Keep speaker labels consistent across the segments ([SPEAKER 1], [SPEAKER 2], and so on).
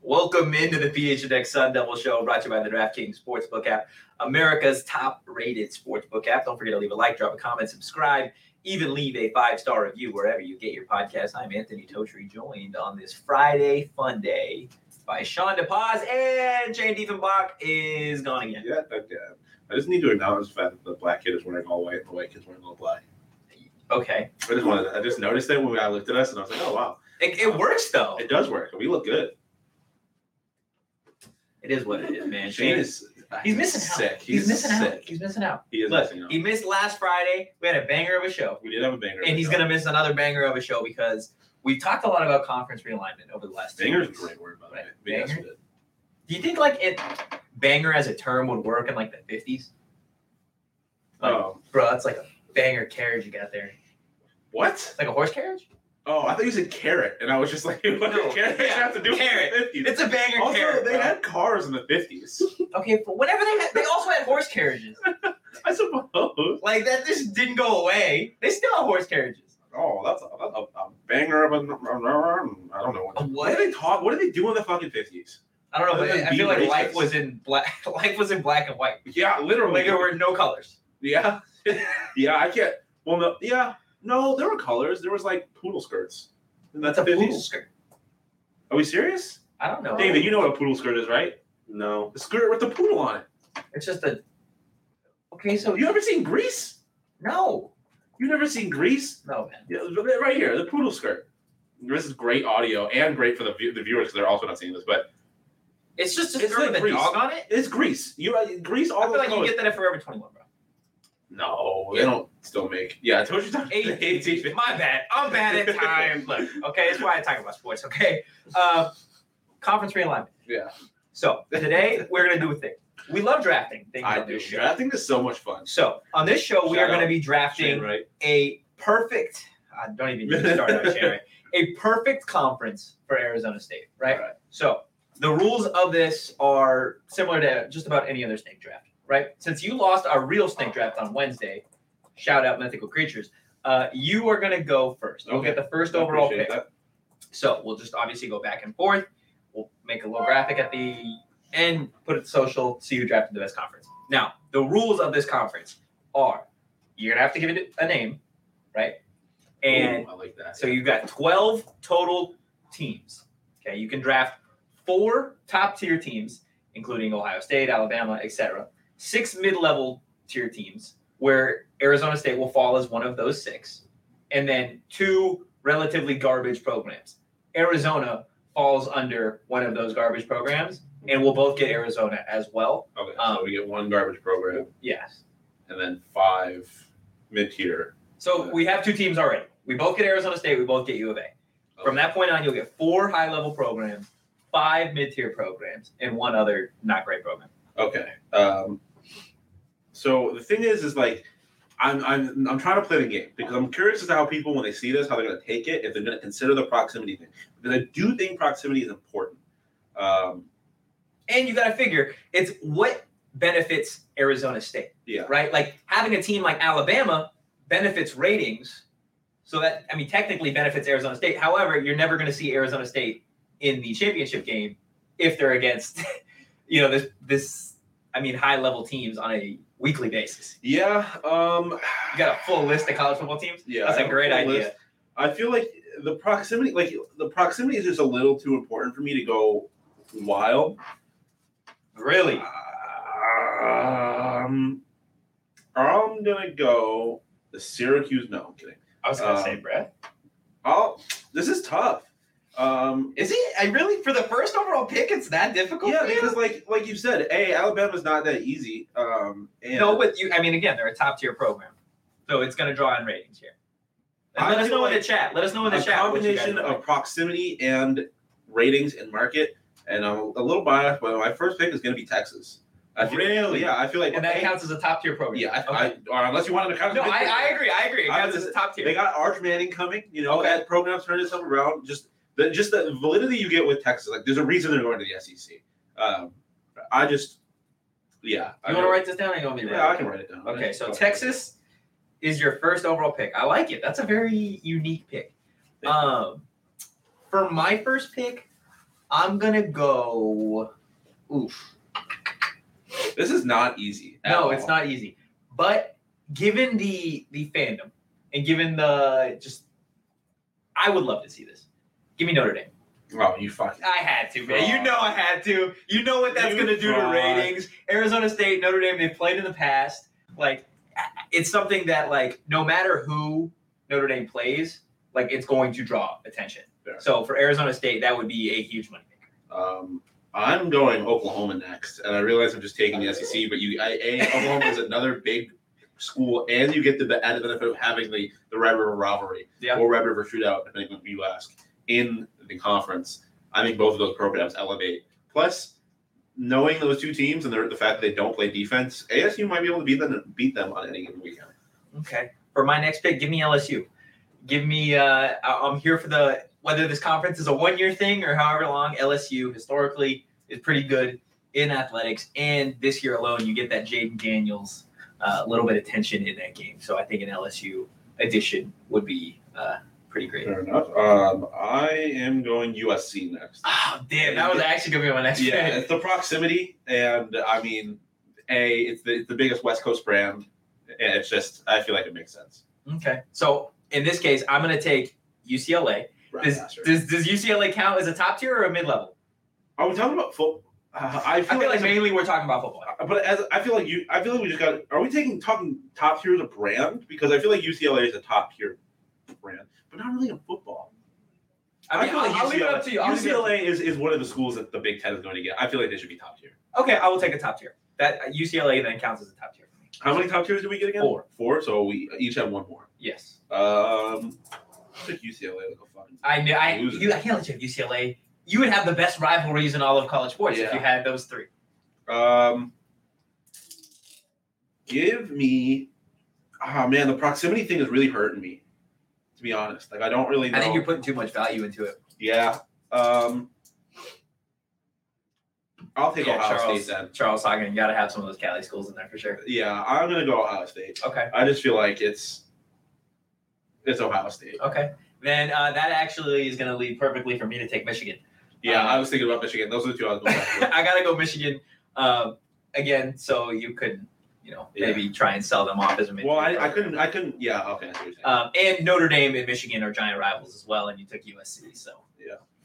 [SPEAKER 1] Welcome into the PHNX Sun Devil Show, brought to you by the DraftKings Sportsbook app, America's top-rated sportsbook app. Don't forget to leave a like, drop a comment, subscribe, even leave a five-star review wherever you get your podcast. I'm Anthony Totri, joined on this Friday Fun Day by Sean DePaz and Shane Diefenbach is gone again.
[SPEAKER 2] Yeah, I, think, uh, I just need to acknowledge the fact that the black kid is wearing all white and the white kid's wearing all black.
[SPEAKER 1] Okay,
[SPEAKER 2] I just wanted, I just noticed it when I looked at us and I was like, oh wow,
[SPEAKER 1] it, it works though.
[SPEAKER 2] it does work. We look good.
[SPEAKER 1] It is what it is, man.
[SPEAKER 2] Shane is
[SPEAKER 1] He's missing out.
[SPEAKER 2] sick.
[SPEAKER 1] He's, missing out.
[SPEAKER 2] sick.
[SPEAKER 1] He's missing out.
[SPEAKER 2] He is
[SPEAKER 1] Look,
[SPEAKER 2] missing out.
[SPEAKER 1] he missed last Friday. We had a banger of a show,
[SPEAKER 2] we did have a banger,
[SPEAKER 1] and he's gonna miss another banger of a show because we've talked a lot about conference realignment over the last. two
[SPEAKER 2] Banger's a
[SPEAKER 1] weeks.
[SPEAKER 2] great word, by the way.
[SPEAKER 1] Right.
[SPEAKER 2] But yes,
[SPEAKER 1] Banger?
[SPEAKER 2] we did.
[SPEAKER 1] Do you think like it banger as a term would work in like the fifties, Like-
[SPEAKER 2] Oh,
[SPEAKER 1] bro? That's like a banger carriage you got there.
[SPEAKER 2] what?
[SPEAKER 1] It's like a horse carriage.
[SPEAKER 2] Oh, I thought you said carrot, and I was just like, what
[SPEAKER 1] No,
[SPEAKER 2] does carrot
[SPEAKER 1] yeah,
[SPEAKER 2] have to do with
[SPEAKER 1] carrot.
[SPEAKER 2] the fifties?
[SPEAKER 1] It's a banger
[SPEAKER 2] Also,
[SPEAKER 1] carriage.
[SPEAKER 2] they
[SPEAKER 1] bro.
[SPEAKER 2] had cars in the fifties.
[SPEAKER 1] okay, but whenever they had, they also had horse carriages.
[SPEAKER 2] I suppose.
[SPEAKER 1] Like that just didn't go away. They still have horse carriages.
[SPEAKER 2] Oh, that's a, that's a, a banger of a. I don't know
[SPEAKER 1] A what?
[SPEAKER 2] what. What do they talk? What do they do in the fucking fifties?
[SPEAKER 1] I don't know,
[SPEAKER 2] Other
[SPEAKER 1] but
[SPEAKER 2] than
[SPEAKER 1] I feel
[SPEAKER 2] being
[SPEAKER 1] like life
[SPEAKER 2] racist.
[SPEAKER 1] was in black. Life was in black and white.
[SPEAKER 2] Yeah, literally.
[SPEAKER 1] Like there were no colors.
[SPEAKER 2] Yeah. yeah, I can't. Well, no. Yeah. No, there were colors. There was like poodle skirts. Isn't that
[SPEAKER 1] That's a
[SPEAKER 2] the 50s?
[SPEAKER 1] poodle skirt.
[SPEAKER 2] Are we serious?
[SPEAKER 1] I don't know.
[SPEAKER 2] David, you know what a poodle skirt is, right?
[SPEAKER 3] No.
[SPEAKER 2] The skirt with the poodle on it.
[SPEAKER 1] it's just a. Okay, so
[SPEAKER 2] So you ever seen Grease?
[SPEAKER 1] no,
[SPEAKER 2] You never seen Grease?
[SPEAKER 1] no, man.
[SPEAKER 2] Yeah, right here, the poodle skirt. This is great audio and great for the view- the viewers because they're also not seeing this, but
[SPEAKER 1] It's just a
[SPEAKER 2] It's
[SPEAKER 1] skirt
[SPEAKER 2] like
[SPEAKER 1] with a
[SPEAKER 2] Grease.
[SPEAKER 1] dog on it.
[SPEAKER 2] it's Grease. You uh, Grease all
[SPEAKER 1] I feel
[SPEAKER 2] the
[SPEAKER 1] like you
[SPEAKER 2] colors.
[SPEAKER 1] get that at Forever Twenty One, bro.
[SPEAKER 2] No,
[SPEAKER 1] Yeah.
[SPEAKER 2] they don't still make. Yeah, I told you. Talking
[SPEAKER 1] Eighteen. My bad. I'm bad at time. Look, okay, that's why I talk about sports. Okay, uh, conference realignment.
[SPEAKER 2] Yeah,
[SPEAKER 1] So today we're gonna do a thing. We love drafting things
[SPEAKER 2] I
[SPEAKER 1] on
[SPEAKER 2] do.
[SPEAKER 1] this show.
[SPEAKER 2] I think this is so much fun.
[SPEAKER 1] So on this show, we
[SPEAKER 2] Shout
[SPEAKER 1] are going to
[SPEAKER 2] out.
[SPEAKER 1] be
[SPEAKER 2] Shane,
[SPEAKER 1] drafting
[SPEAKER 2] right?
[SPEAKER 1] a perfect. I don't even need to start on Shannon. A perfect conference for Arizona State, right?
[SPEAKER 2] Right.
[SPEAKER 1] So the rules of this are similar to just about any other snake draft, right? Since you lost our real snake draft on Wednesday, shout out Mythical Creatures. Uh, you are going to go first. You'll
[SPEAKER 2] Okay.
[SPEAKER 1] get the first
[SPEAKER 2] I
[SPEAKER 1] overall
[SPEAKER 2] appreciate
[SPEAKER 1] pick. So we'll just obviously go back and forth. We'll make a little graphic at the end, put it social, see who drafted the best conference. Now, the rules of this conference are you're gonna have to give it a name, right?
[SPEAKER 2] that.
[SPEAKER 1] And
[SPEAKER 2] Ooh, I like that.
[SPEAKER 1] so you've got 12 total teams. Okay, you can draft four top tier teams, including Ohio State, Alabama, etc. Six mid-level tier teams, where Arizona State will fall as one of those six, and then two relatively garbage programs. Arizona falls under one of those garbage programs, and we'll both get Arizona as well.
[SPEAKER 2] Okay,
[SPEAKER 1] Um,
[SPEAKER 2] so we get one garbage program
[SPEAKER 1] Yes.
[SPEAKER 2] and then five mid tier.
[SPEAKER 1] So we have two teams already. We both get Arizona State. We both get U of A. From that point on, you'll get four high level programs, five mid tier programs, and one other not great program.
[SPEAKER 2] Okay. Um, so the thing is, is like, I'm I'm I'm trying to play the game because I'm curious as to how people when they see this, how they're going to take it, if they're going to consider the proximity thing. Because I do think proximity is important. Um,
[SPEAKER 1] And you got to figure it's what benefits Arizona State,
[SPEAKER 2] yeah.
[SPEAKER 1] right? Like having a team like Alabama benefits ratings. So that, I mean, technically benefits Arizona State. However, you're never going to see Arizona State in the championship game if they're against, you know, this, this, I mean, high level teams on a weekly basis.
[SPEAKER 2] Yeah. Um,
[SPEAKER 1] You got a full list of college football teams?
[SPEAKER 2] Yeah,
[SPEAKER 1] That's
[SPEAKER 2] I
[SPEAKER 1] a
[SPEAKER 2] have
[SPEAKER 1] great
[SPEAKER 2] full
[SPEAKER 1] idea.
[SPEAKER 2] list. I feel like the proximity, like the proximity, is just a little too important for me to go wild.
[SPEAKER 1] Really?
[SPEAKER 2] Um, I'm gonna go the Syracuse. No, I'm kidding.
[SPEAKER 1] I was going to
[SPEAKER 2] Um,
[SPEAKER 1] say, Brad.
[SPEAKER 2] Oh, this is tough. Um,
[SPEAKER 1] Is he? I really for the first overall pick, it's that difficult.
[SPEAKER 2] yeah,
[SPEAKER 1] for you?
[SPEAKER 2] because like like you said, hey, Alabama's not that easy. Um, and
[SPEAKER 1] no, but you. I mean, again, they're a top tier program, so it's going to draw on ratings here. And
[SPEAKER 2] I
[SPEAKER 1] let us
[SPEAKER 2] feel
[SPEAKER 1] know in
[SPEAKER 2] like
[SPEAKER 1] the chat. Let us know in the
[SPEAKER 2] a
[SPEAKER 1] chat. what you guys
[SPEAKER 2] combination
[SPEAKER 1] would
[SPEAKER 2] of
[SPEAKER 1] like.
[SPEAKER 2] proximity and ratings and market. And I'm a little biased, but my first pick is gonna be Texas. I feel,
[SPEAKER 1] Really?
[SPEAKER 2] Yeah, I feel like
[SPEAKER 1] and that
[SPEAKER 2] hey,
[SPEAKER 1] counts as a top tier program.
[SPEAKER 2] Yeah, I,
[SPEAKER 1] Oh, Okay.
[SPEAKER 2] I, or unless you wanted to count.
[SPEAKER 1] no, I, I agree. I agree. It
[SPEAKER 2] I
[SPEAKER 1] counts
[SPEAKER 2] was-
[SPEAKER 1] as a top tier.
[SPEAKER 2] They got Arch Manning coming. You know,
[SPEAKER 1] Okay.
[SPEAKER 2] that program's turning itself around. Just the just the validity you get with Texas. Like, there's a reason they're going to the SEC. Um, I just, yeah. I
[SPEAKER 1] you want to
[SPEAKER 2] know.
[SPEAKER 1] write this down? Or you want me to
[SPEAKER 2] Yeah, I
[SPEAKER 1] write it
[SPEAKER 2] can write it down.
[SPEAKER 1] down? Okay, so Texas is your first overall pick. I like it. That's a very unique pick.
[SPEAKER 2] Thank you.
[SPEAKER 1] Um, for my first pick, I'm gonna go. Oof.
[SPEAKER 2] This is not easy. at
[SPEAKER 1] No,
[SPEAKER 2] all.
[SPEAKER 1] it's not easy. But given the the fandom and given the just, I would love to see this. Give me Notre Dame.
[SPEAKER 2] Oh, you fucking.
[SPEAKER 1] I had to, man. You know I had to. You know what that's
[SPEAKER 2] You
[SPEAKER 1] going to do to
[SPEAKER 2] fraud.
[SPEAKER 1] ratings. Arizona State, Notre Dame, they've played in the past. Like, it's something that, like, no matter who Notre Dame plays, like, it's going to draw attention.
[SPEAKER 2] Fair.
[SPEAKER 1] So for Arizona State, that would be a huge moneymaker.
[SPEAKER 2] Um, I'm going Oklahoma next, and I realize I'm just taking the SEC, but you, I, a, Oklahoma is another big school, and you get the be- added benefit of having the the Red River rivalry
[SPEAKER 1] Yeah.
[SPEAKER 2] or Red River shootout, depending on who you ask, in the conference. I think both of those programs elevate. Plus, knowing those two teams and the, the fact that they don't play defense, ASU might be able to beat them beat them on any given weekend.
[SPEAKER 1] Okay. For my next pick, give me LSU. Give me, uh, I- I'm here for the, whether this conference is a one year thing or however long, LSU historically is pretty good in athletics. And this year alone, you get that Jaden Daniels uh, little bit of tension in that game. So I think an LSU addition would be uh, pretty great.
[SPEAKER 2] Fair enough. Um, I am going USC next.
[SPEAKER 1] Oh, damn. That was actually going to be my next
[SPEAKER 2] Yeah,
[SPEAKER 1] pick.
[SPEAKER 2] it's the proximity, and I mean, a it's the, it's the biggest West Coast brand, and it's just I feel like it makes sense.
[SPEAKER 1] Okay. So in this case, I'm going to take UCLA.
[SPEAKER 2] Right,
[SPEAKER 1] Does,
[SPEAKER 2] Asher.
[SPEAKER 1] does, does UCLA count as a top tier or a mid level?
[SPEAKER 2] Are we talking about football? Uh, I
[SPEAKER 1] I
[SPEAKER 2] feel
[SPEAKER 1] feel like
[SPEAKER 2] as a-
[SPEAKER 1] mainly we're talking about football.
[SPEAKER 2] but as I feel like you, I feel like we just got. Are we taking talking top tier as a brand? Because I feel like UCLA is a top tier brand, but not really in football.
[SPEAKER 1] I mean,
[SPEAKER 2] feel like
[SPEAKER 1] I'll, I'll leave it up to you. I'll leave it up to you.
[SPEAKER 2] UCLA is, is one of the schools that the Big Ten is going to get. I feel like they should be top tier.
[SPEAKER 1] Okay, I will take a top tier. That uh, UCLA then counts as a top tier for me.
[SPEAKER 2] How many top tiers do we get again?
[SPEAKER 1] Four.
[SPEAKER 2] Four. So we each have one more.
[SPEAKER 1] Yes,
[SPEAKER 2] Um, I took UCLA like a fucking.
[SPEAKER 1] I knew. I
[SPEAKER 2] Loser.
[SPEAKER 1] you, I can't let you have UCLA. You would have the best rivalries in all of college sports if
[SPEAKER 2] Yeah.
[SPEAKER 1] you had those three.
[SPEAKER 2] Um, give me. Oh man, the proximity thing is really hurting me. To be honest, like I don't really. Know.
[SPEAKER 1] I think you're putting too much value into it.
[SPEAKER 2] Yeah. Um. I'll take
[SPEAKER 1] Yeah,
[SPEAKER 2] Ohio
[SPEAKER 1] Charles.
[SPEAKER 2] State then.
[SPEAKER 1] Charles Hagen, you got to have some of those Cali schools in there for sure.
[SPEAKER 2] Yeah, I'm gonna go Ohio State.
[SPEAKER 1] Okay,
[SPEAKER 2] I just feel like it's it's Ohio State.
[SPEAKER 1] okay. Then uh, that actually is going to lead perfectly for me to take Michigan.
[SPEAKER 2] Yeah,
[SPEAKER 1] Uh,
[SPEAKER 2] I was thinking about Michigan. Those are the two I was going. with.
[SPEAKER 1] I gotta go Michigan um, again. So you could, you know,
[SPEAKER 2] Yeah.
[SPEAKER 1] maybe try and sell them off as a mid.
[SPEAKER 2] well, I, I couldn't. I couldn't. Yeah. Okay. I see what you're saying.
[SPEAKER 1] Um, and Notre Dame and Michigan are giant rivals as well, and you took USC, so.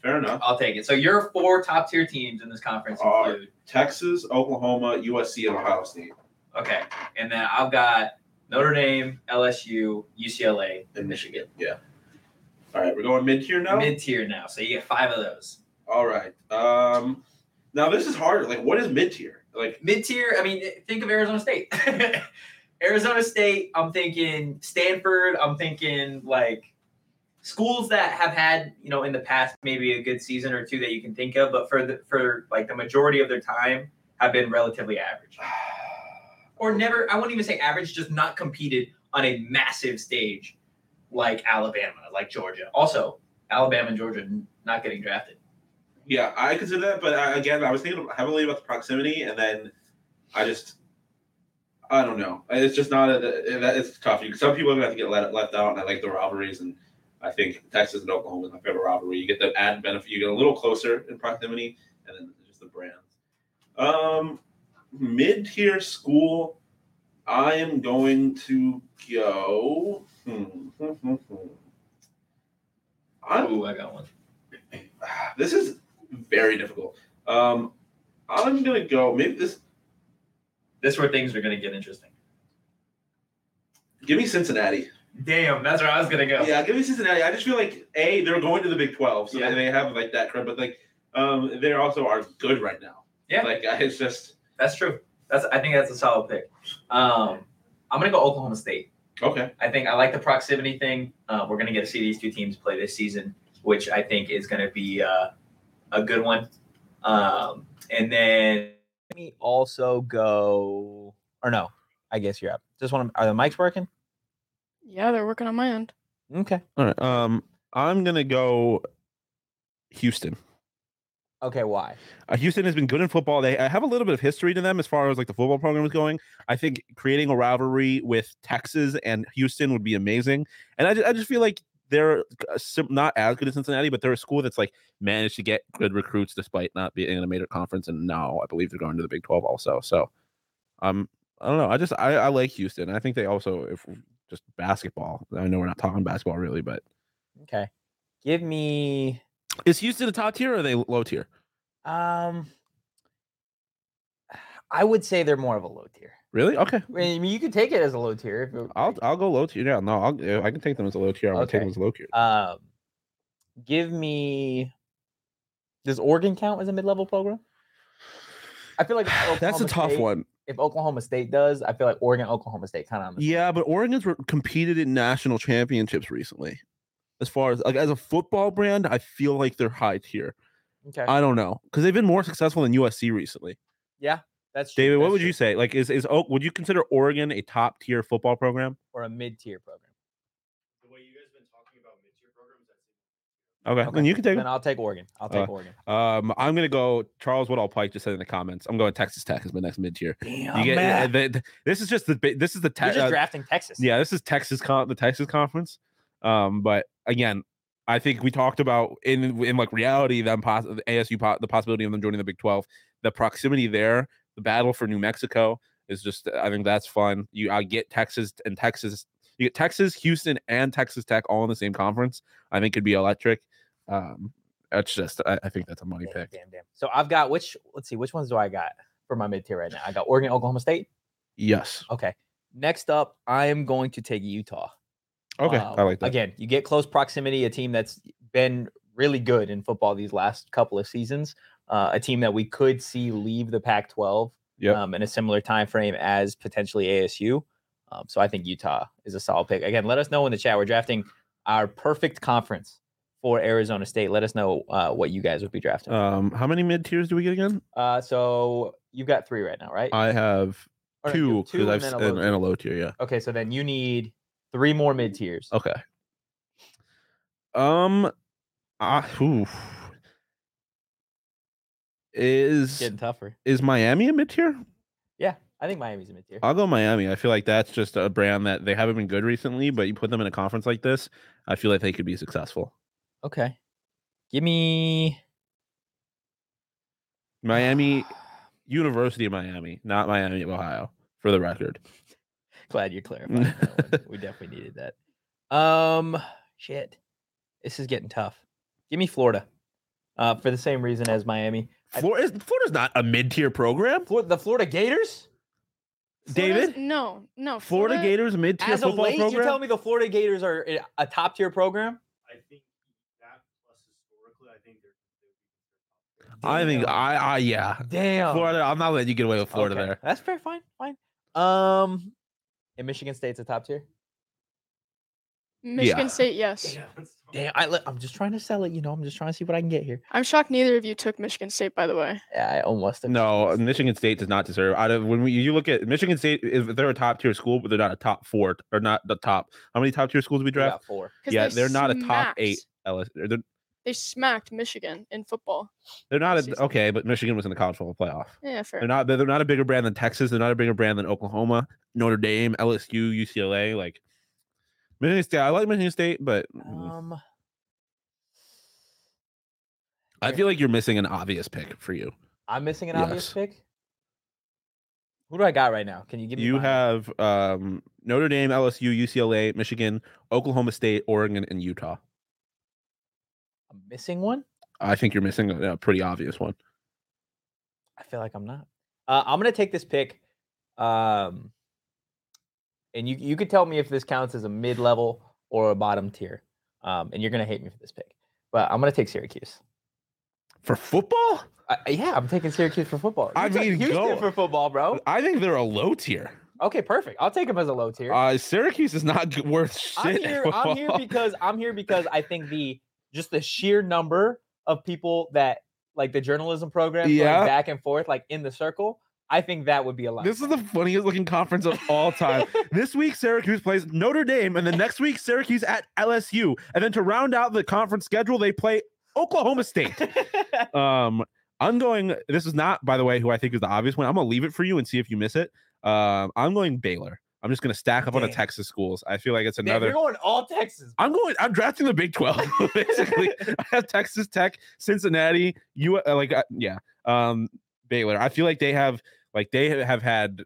[SPEAKER 2] Fair enough.
[SPEAKER 1] I'll take it. So your four top tier teams in this conference
[SPEAKER 2] Are-
[SPEAKER 1] include
[SPEAKER 2] Texas, Oklahoma, USC, and Ohio State.
[SPEAKER 1] okay, and then I've got Notre Dame, LSU, UCLA,
[SPEAKER 2] in Michigan. Yeah. All right, we're going mid tier now.
[SPEAKER 1] mid tier now. So you get five of those.
[SPEAKER 2] All right. Um, now this is harder. Like, what is mid tier? Like,
[SPEAKER 1] Mid tier. I mean, think of Arizona State. Arizona State. I'm thinking Stanford. I'm thinking like schools that have had you know in the past maybe a good season or two that you can think of, but for the for like the majority of their time have been relatively average. or never i wouldn't even say average just not competed on a massive stage like alabama like georgia also alabama and georgia n- not getting drafted
[SPEAKER 2] yeah, I consider that. But I, again, I was thinking heavily about the proximity, and then I just, I don't know. It's just not a. That it's tough. You, some people are gonna have to get let, left out, and I like the rivalries, and I think Texas and Oklahoma is my favorite rivalry. You get the added benefit. You get a little closer in proximity, and then just the brands. Um, mid tier school, I am going to go. Hmm. I'm
[SPEAKER 1] Ooh, i got one
[SPEAKER 2] this is very difficult. Um, I'm gonna go. Maybe this.
[SPEAKER 1] this is where things are going to get interesting
[SPEAKER 2] Give me Cincinnati.
[SPEAKER 1] damn that's where i was going to go
[SPEAKER 2] Yeah, give me Cincinnati. I just feel like a they're going to the Big Twelve, so
[SPEAKER 1] Yeah.
[SPEAKER 2] they have like that cred. But like, um, they also are good right now.
[SPEAKER 1] Yeah.
[SPEAKER 2] like I- it's just
[SPEAKER 1] that's true that's i think that's a solid pick um, i'm going to go oklahoma state
[SPEAKER 2] okay.
[SPEAKER 1] I think I like the proximity thing. Uh, we're going to get to see these two teams play this season, which I think is going to be uh, a good one. Um, and then let me also go, or no, I guess you're up. Just want to, are the mics working?
[SPEAKER 4] Yeah, they're working on my end.
[SPEAKER 1] Okay.
[SPEAKER 2] All right. Um, I'm gonna go Houston.
[SPEAKER 1] Okay. Why?
[SPEAKER 2] Uh, Houston has been good in football. They I have a little bit of history to them as far as like the football program is going. I think creating a rivalry with Texas and Houston would be amazing. And I just, I just feel like they're uh, sim- not as good as Cincinnati, but they're a school that's like managed to get good recruits despite not being in a major conference. And now I believe they're going to the Big Twelve also. So, um, I don't know. I just I, I like Houston. I think they also if just basketball. I know we're not talking basketball really, but
[SPEAKER 1] Okay. Give me
[SPEAKER 2] is Houston a top tier or are they low tier?
[SPEAKER 1] um I would say they're more of a low tier.
[SPEAKER 2] Really? Okay.
[SPEAKER 1] I mean, you could take it as a low tier. if it-
[SPEAKER 2] I'll I'll go low tier. Yeah, no, I'll yeah, I can take them as a low tier. I'll take
[SPEAKER 1] Okay.
[SPEAKER 2] them as low tier.
[SPEAKER 1] Um, give me. Does Oregon count as a mid-level program? I feel like if
[SPEAKER 2] That's a
[SPEAKER 1] Oklahoma
[SPEAKER 2] tough
[SPEAKER 1] State-
[SPEAKER 2] one.
[SPEAKER 1] If Oklahoma State does, I feel like Oregon, Oklahoma State, kind of.
[SPEAKER 2] Yeah, but Oregon's re- competed in national championships recently. As far as like as a football brand, I feel like they're high tier.
[SPEAKER 1] Okay.
[SPEAKER 2] I don't know because they've been more successful than USC recently.
[SPEAKER 1] that's true,
[SPEAKER 2] David, what
[SPEAKER 1] that's
[SPEAKER 2] would
[SPEAKER 1] true.
[SPEAKER 2] you say? Like, is is Oak? Would you consider Oregon a top tier football program?
[SPEAKER 1] Or a mid-tier program?
[SPEAKER 5] The way you guys been talking about mid-tier programs, that's
[SPEAKER 2] Okay, then you can take.
[SPEAKER 1] Then
[SPEAKER 2] it. Uh,
[SPEAKER 1] I'll take Oregon. I'll take Oregon.
[SPEAKER 2] Um, I'm gonna go. Charles Woodall Pike just said in the comments. I'm going Texas Tech is my next mid tier.
[SPEAKER 1] Damn,
[SPEAKER 2] You get uh, the, the- this is just the ba- this is the
[SPEAKER 1] You're
[SPEAKER 2] Texas.
[SPEAKER 1] just drafting Texas.
[SPEAKER 2] Uh, Yeah, this is Texas con- the Texas conference. Um, but again, I think we talked about in in like reality them poss- the ASU po- the possibility of them joining the Big Twelve. The proximity there, the battle for New Mexico is just uh, I think that's fun. You I get Texas and Texas, you get Texas, Houston, and Texas Tech all in the same conference. I think could be electric. Um, that's just I, I think that's a money
[SPEAKER 1] Damn,
[SPEAKER 2] pick.
[SPEAKER 1] damn, damn. So I've got which? Let's see, which ones do I got for my mid-tier right now? I got Oregon, Oklahoma State.
[SPEAKER 2] Yes.
[SPEAKER 1] Okay. Next up, I am going to take Utah.
[SPEAKER 2] Okay,
[SPEAKER 1] Uh,
[SPEAKER 2] I like that.
[SPEAKER 1] Again, you get close proximity, a team that's been really good in football these last couple of seasons, uh, a team that we could see leave the Pac-12
[SPEAKER 2] Yep.
[SPEAKER 1] um, in a similar time frame as potentially ASU. Um, so I think Utah is a solid pick. Again, let us know in the chat. We're drafting our perfect conference for Arizona State. Let us know uh, what you guys would be drafting. Uh,
[SPEAKER 2] Um, how many mid tiers do we get again?
[SPEAKER 1] so you've got three right now, right?
[SPEAKER 2] I have
[SPEAKER 1] Or no, you
[SPEAKER 2] Uh, two
[SPEAKER 1] have
[SPEAKER 2] because I've
[SPEAKER 1] and then
[SPEAKER 2] s-
[SPEAKER 1] a
[SPEAKER 2] and,
[SPEAKER 1] low tier.
[SPEAKER 2] and a low tier. Yeah.
[SPEAKER 1] Okay, so then you need three more mid tiers.
[SPEAKER 2] Okay. Um, I, oof. is
[SPEAKER 1] Getting tougher.
[SPEAKER 2] is Miami a mid tier?
[SPEAKER 1] Yeah, I think Miami's a mid tier.
[SPEAKER 2] I'll go Miami. I feel like that's just a brand that they haven't been good recently, but you put them in a conference like this, I feel like they could be successful.
[SPEAKER 1] Okay. Give me
[SPEAKER 2] Miami University of Miami, not Miami of Ohio, for the record.
[SPEAKER 1] Glad you're clarifying. that one. we definitely needed that. Um, shit, this is getting tough. Give me Florida, uh, for the same reason as Miami. I-
[SPEAKER 2] Flor- is- Florida's not a mid tier program.
[SPEAKER 1] Flor- the Florida Gators.
[SPEAKER 4] Florida's-
[SPEAKER 2] David,
[SPEAKER 4] No, no.
[SPEAKER 2] Florida Gators mid tier
[SPEAKER 1] As of
[SPEAKER 2] football
[SPEAKER 1] late,
[SPEAKER 2] program.
[SPEAKER 1] you're telling me the Florida Gators are a- a top tier program.
[SPEAKER 5] I think that plus historically, I think they're.
[SPEAKER 2] I think
[SPEAKER 1] Damn.
[SPEAKER 2] I, I yeah.
[SPEAKER 1] Damn.
[SPEAKER 2] Florida, I'm not letting you get away with Florida
[SPEAKER 1] Okay,
[SPEAKER 2] there.
[SPEAKER 1] That's fair. Fine. Fine. Um, and Michigan State's a top tier.
[SPEAKER 4] Michigan
[SPEAKER 2] Yeah.
[SPEAKER 4] State, yes.
[SPEAKER 1] Damn. I, li- I'm just trying to sell it. You know, I'm just trying to see what I can get here.
[SPEAKER 4] I'm shocked neither of you took Michigan State, by the way.
[SPEAKER 1] I almost took
[SPEAKER 2] No,
[SPEAKER 1] Michigan State.
[SPEAKER 2] Michigan State does not deserve. Out of when we, you look at Michigan State, if they're a top tier school, but they're not a top four or not the top. How many top tier schools do we
[SPEAKER 1] We got
[SPEAKER 2] draft?
[SPEAKER 1] four.
[SPEAKER 4] 'Cause
[SPEAKER 2] Yeah,
[SPEAKER 4] they
[SPEAKER 2] they're not a top
[SPEAKER 4] smacked-
[SPEAKER 2] eight. LS, they're,
[SPEAKER 4] They smacked Michigan in football.
[SPEAKER 2] they're not
[SPEAKER 4] Season.
[SPEAKER 2] a, okay, but Michigan was in the college football playoff.
[SPEAKER 4] Yeah, fair.
[SPEAKER 2] They're not. They're, they're not a bigger brand than Texas. They're not a bigger brand than Oklahoma, Notre Dame, LSU, UCLA. Like Michigan State, I like Michigan State, but mm,
[SPEAKER 1] Um,
[SPEAKER 2] I
[SPEAKER 1] here.
[SPEAKER 2] feel like you're missing an obvious pick for you.
[SPEAKER 1] I'm missing an obvious
[SPEAKER 2] Yes.
[SPEAKER 1] pick. Who do I got right now? Can you give me?
[SPEAKER 2] You
[SPEAKER 1] mine?
[SPEAKER 2] have um, Notre Dame, LSU, UCLA, Michigan, Oklahoma State, Oregon, and Utah.
[SPEAKER 1] I'm missing one.
[SPEAKER 2] I think you're missing a, a pretty obvious one.
[SPEAKER 1] I feel like I'm not. Uh, I'm gonna take this pick. Um, and you you could tell me if this counts as a mid level or a bottom tier. Um, and you're gonna hate me for this pick, but I'm gonna take Syracuse.
[SPEAKER 2] For football?
[SPEAKER 1] I, I- yeah, I'm taking Syracuse for football.
[SPEAKER 2] I
[SPEAKER 1] You took
[SPEAKER 2] mean,
[SPEAKER 1] Houston
[SPEAKER 2] go.
[SPEAKER 1] for football, bro.
[SPEAKER 2] I think they're a low tier.
[SPEAKER 1] Okay, perfect. I'll take him as a low tier.
[SPEAKER 2] Uh, Syracuse is not g- worth shit.
[SPEAKER 1] I'm
[SPEAKER 2] in
[SPEAKER 1] here. I'm here
[SPEAKER 2] football.
[SPEAKER 1] because I'm here because I think the just the sheer number of people that like the journalism program going
[SPEAKER 2] Yeah.
[SPEAKER 1] back and forth like in the circle. I think that would be a lot.
[SPEAKER 2] this is
[SPEAKER 1] of
[SPEAKER 2] the
[SPEAKER 1] fun.
[SPEAKER 2] funniest looking conference of all time. this week, Syracuse plays Notre Dame, and the next week, Syracuse at LSU. And then to round out the conference schedule, they play Oklahoma State. Um, I'm going. This is not, by the way, who I think is the obvious one. I'm gonna leave it for you and see if you miss it. Um, I'm going Baylor. I'm just gonna stack up on the
[SPEAKER 1] Damn.
[SPEAKER 2] Texas schools. I feel like it's
[SPEAKER 1] Damn,
[SPEAKER 2] another.
[SPEAKER 1] you're going all Texas.
[SPEAKER 2] I'm going. I'm drafting the Big Twelve. Basically, I have Texas Tech, Cincinnati, you uh, like uh, yeah, um, Baylor. I feel like they have like they ha- have had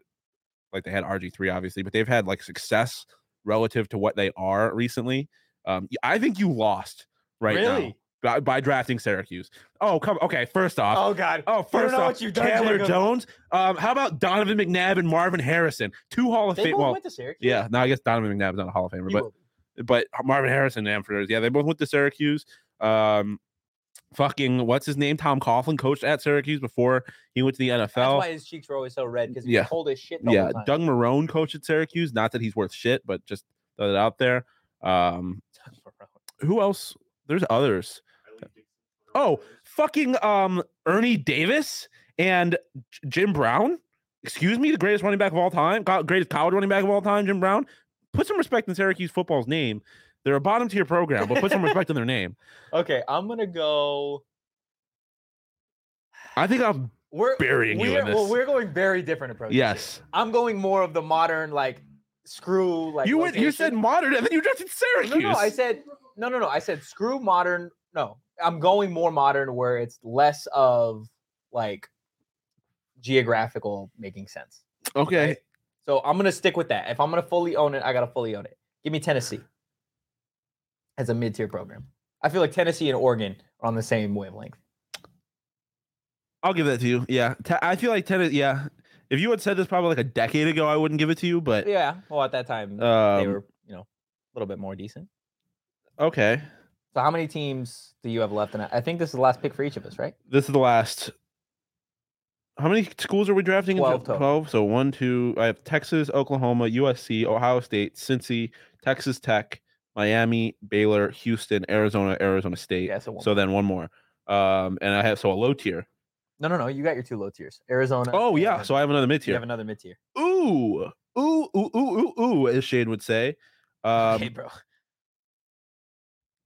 [SPEAKER 2] like they had RG three obviously, but they've had like success relative to what they are recently. Um, y- I think you lost right now
[SPEAKER 1] really?
[SPEAKER 2] by, by drafting Syracuse. Oh come okay. First off,
[SPEAKER 1] Oh God.
[SPEAKER 2] oh first
[SPEAKER 1] know
[SPEAKER 2] off,
[SPEAKER 1] what you've done,
[SPEAKER 2] Taylor
[SPEAKER 1] Jacob.
[SPEAKER 2] Jones. Um, how about Donovan McNabb and Marvin Harrison, two Hall of
[SPEAKER 1] They
[SPEAKER 2] Fame?
[SPEAKER 1] both
[SPEAKER 2] Well,
[SPEAKER 1] went to Syracuse.
[SPEAKER 2] yeah. Now I guess Donovan McNabb's not a Hall of Famer,
[SPEAKER 1] You
[SPEAKER 2] but
[SPEAKER 1] will be.
[SPEAKER 2] but Marvin Harrison and Amphiters, yeah, they both went to Syracuse. Um, fucking what's his name? Tom Coughlin coached at Syracuse before he went to the
[SPEAKER 1] That's
[SPEAKER 2] NFL.
[SPEAKER 1] why his cheeks were always so red because he
[SPEAKER 2] Yeah.
[SPEAKER 1] was cold as shit. The
[SPEAKER 2] yeah,
[SPEAKER 1] whole time.
[SPEAKER 2] Doug Marone coached at Syracuse. Not that he's worth shit, but just throw that out there. Um, who else? There's others. Oh, Fucking um, Ernie Davis and J- Jim Brown. Excuse me, the greatest running back of all time, co- greatest college running back of all time, Jim Brown. Put some respect in Syracuse football's name. They're a bottom tier program, but put some respect in their name.
[SPEAKER 1] Okay, I'm gonna go.
[SPEAKER 2] I think I'm
[SPEAKER 1] We're
[SPEAKER 2] Burying you
[SPEAKER 1] we're-
[SPEAKER 2] in this.
[SPEAKER 1] Well, we're going very different approaches.
[SPEAKER 2] yes.
[SPEAKER 1] I'm going more of the modern like screw like.
[SPEAKER 2] you went, you said
[SPEAKER 1] location.
[SPEAKER 2] modern, and then you drafted Syracuse.
[SPEAKER 1] No, no, I said no, no, no. I said screw modern. No, I'm going more modern where it's less of like geographical making sense.
[SPEAKER 2] okay.
[SPEAKER 1] right? So I'm gonna stick with that. If I'm gonna fully own it, I gotta fully own it. Give me Tennessee as a mid-tier program. I feel like Tennessee and Oregon are on the same wavelength.
[SPEAKER 2] I'll give that to you. Yeah, Te- I feel like Tennessee. Yeah, if you had said this probably like a decade ago, I wouldn't give it to you. But
[SPEAKER 1] Yeah. Well, at that time they
[SPEAKER 2] um,
[SPEAKER 1] were, you know, a little bit more decent.
[SPEAKER 2] okay,
[SPEAKER 1] So how many teams do you have left? And I I think this is the last pick for each of us, right?
[SPEAKER 2] this is the last. How many schools are we drafting? in
[SPEAKER 1] 12
[SPEAKER 2] Te-
[SPEAKER 1] total.
[SPEAKER 2] Twelve. So one, two. I have Texas, Oklahoma, USC, Ohio State, Cincy, Texas Tech, Miami, Baylor, Houston, Arizona, Arizona State.
[SPEAKER 1] Yeah. So, one.
[SPEAKER 2] So then one more. Um, and I have so a low tier.
[SPEAKER 1] no, no, no. You got your two low tiers. Arizona.
[SPEAKER 2] Oh yeah,
[SPEAKER 1] and
[SPEAKER 2] so I have another
[SPEAKER 1] Uh,
[SPEAKER 2] mid
[SPEAKER 1] you
[SPEAKER 2] tier.
[SPEAKER 1] have another mid tier.
[SPEAKER 2] ooh, ooh, ooh, ooh, ooh, ooh, as Shane would say. Um,
[SPEAKER 1] okay, bro.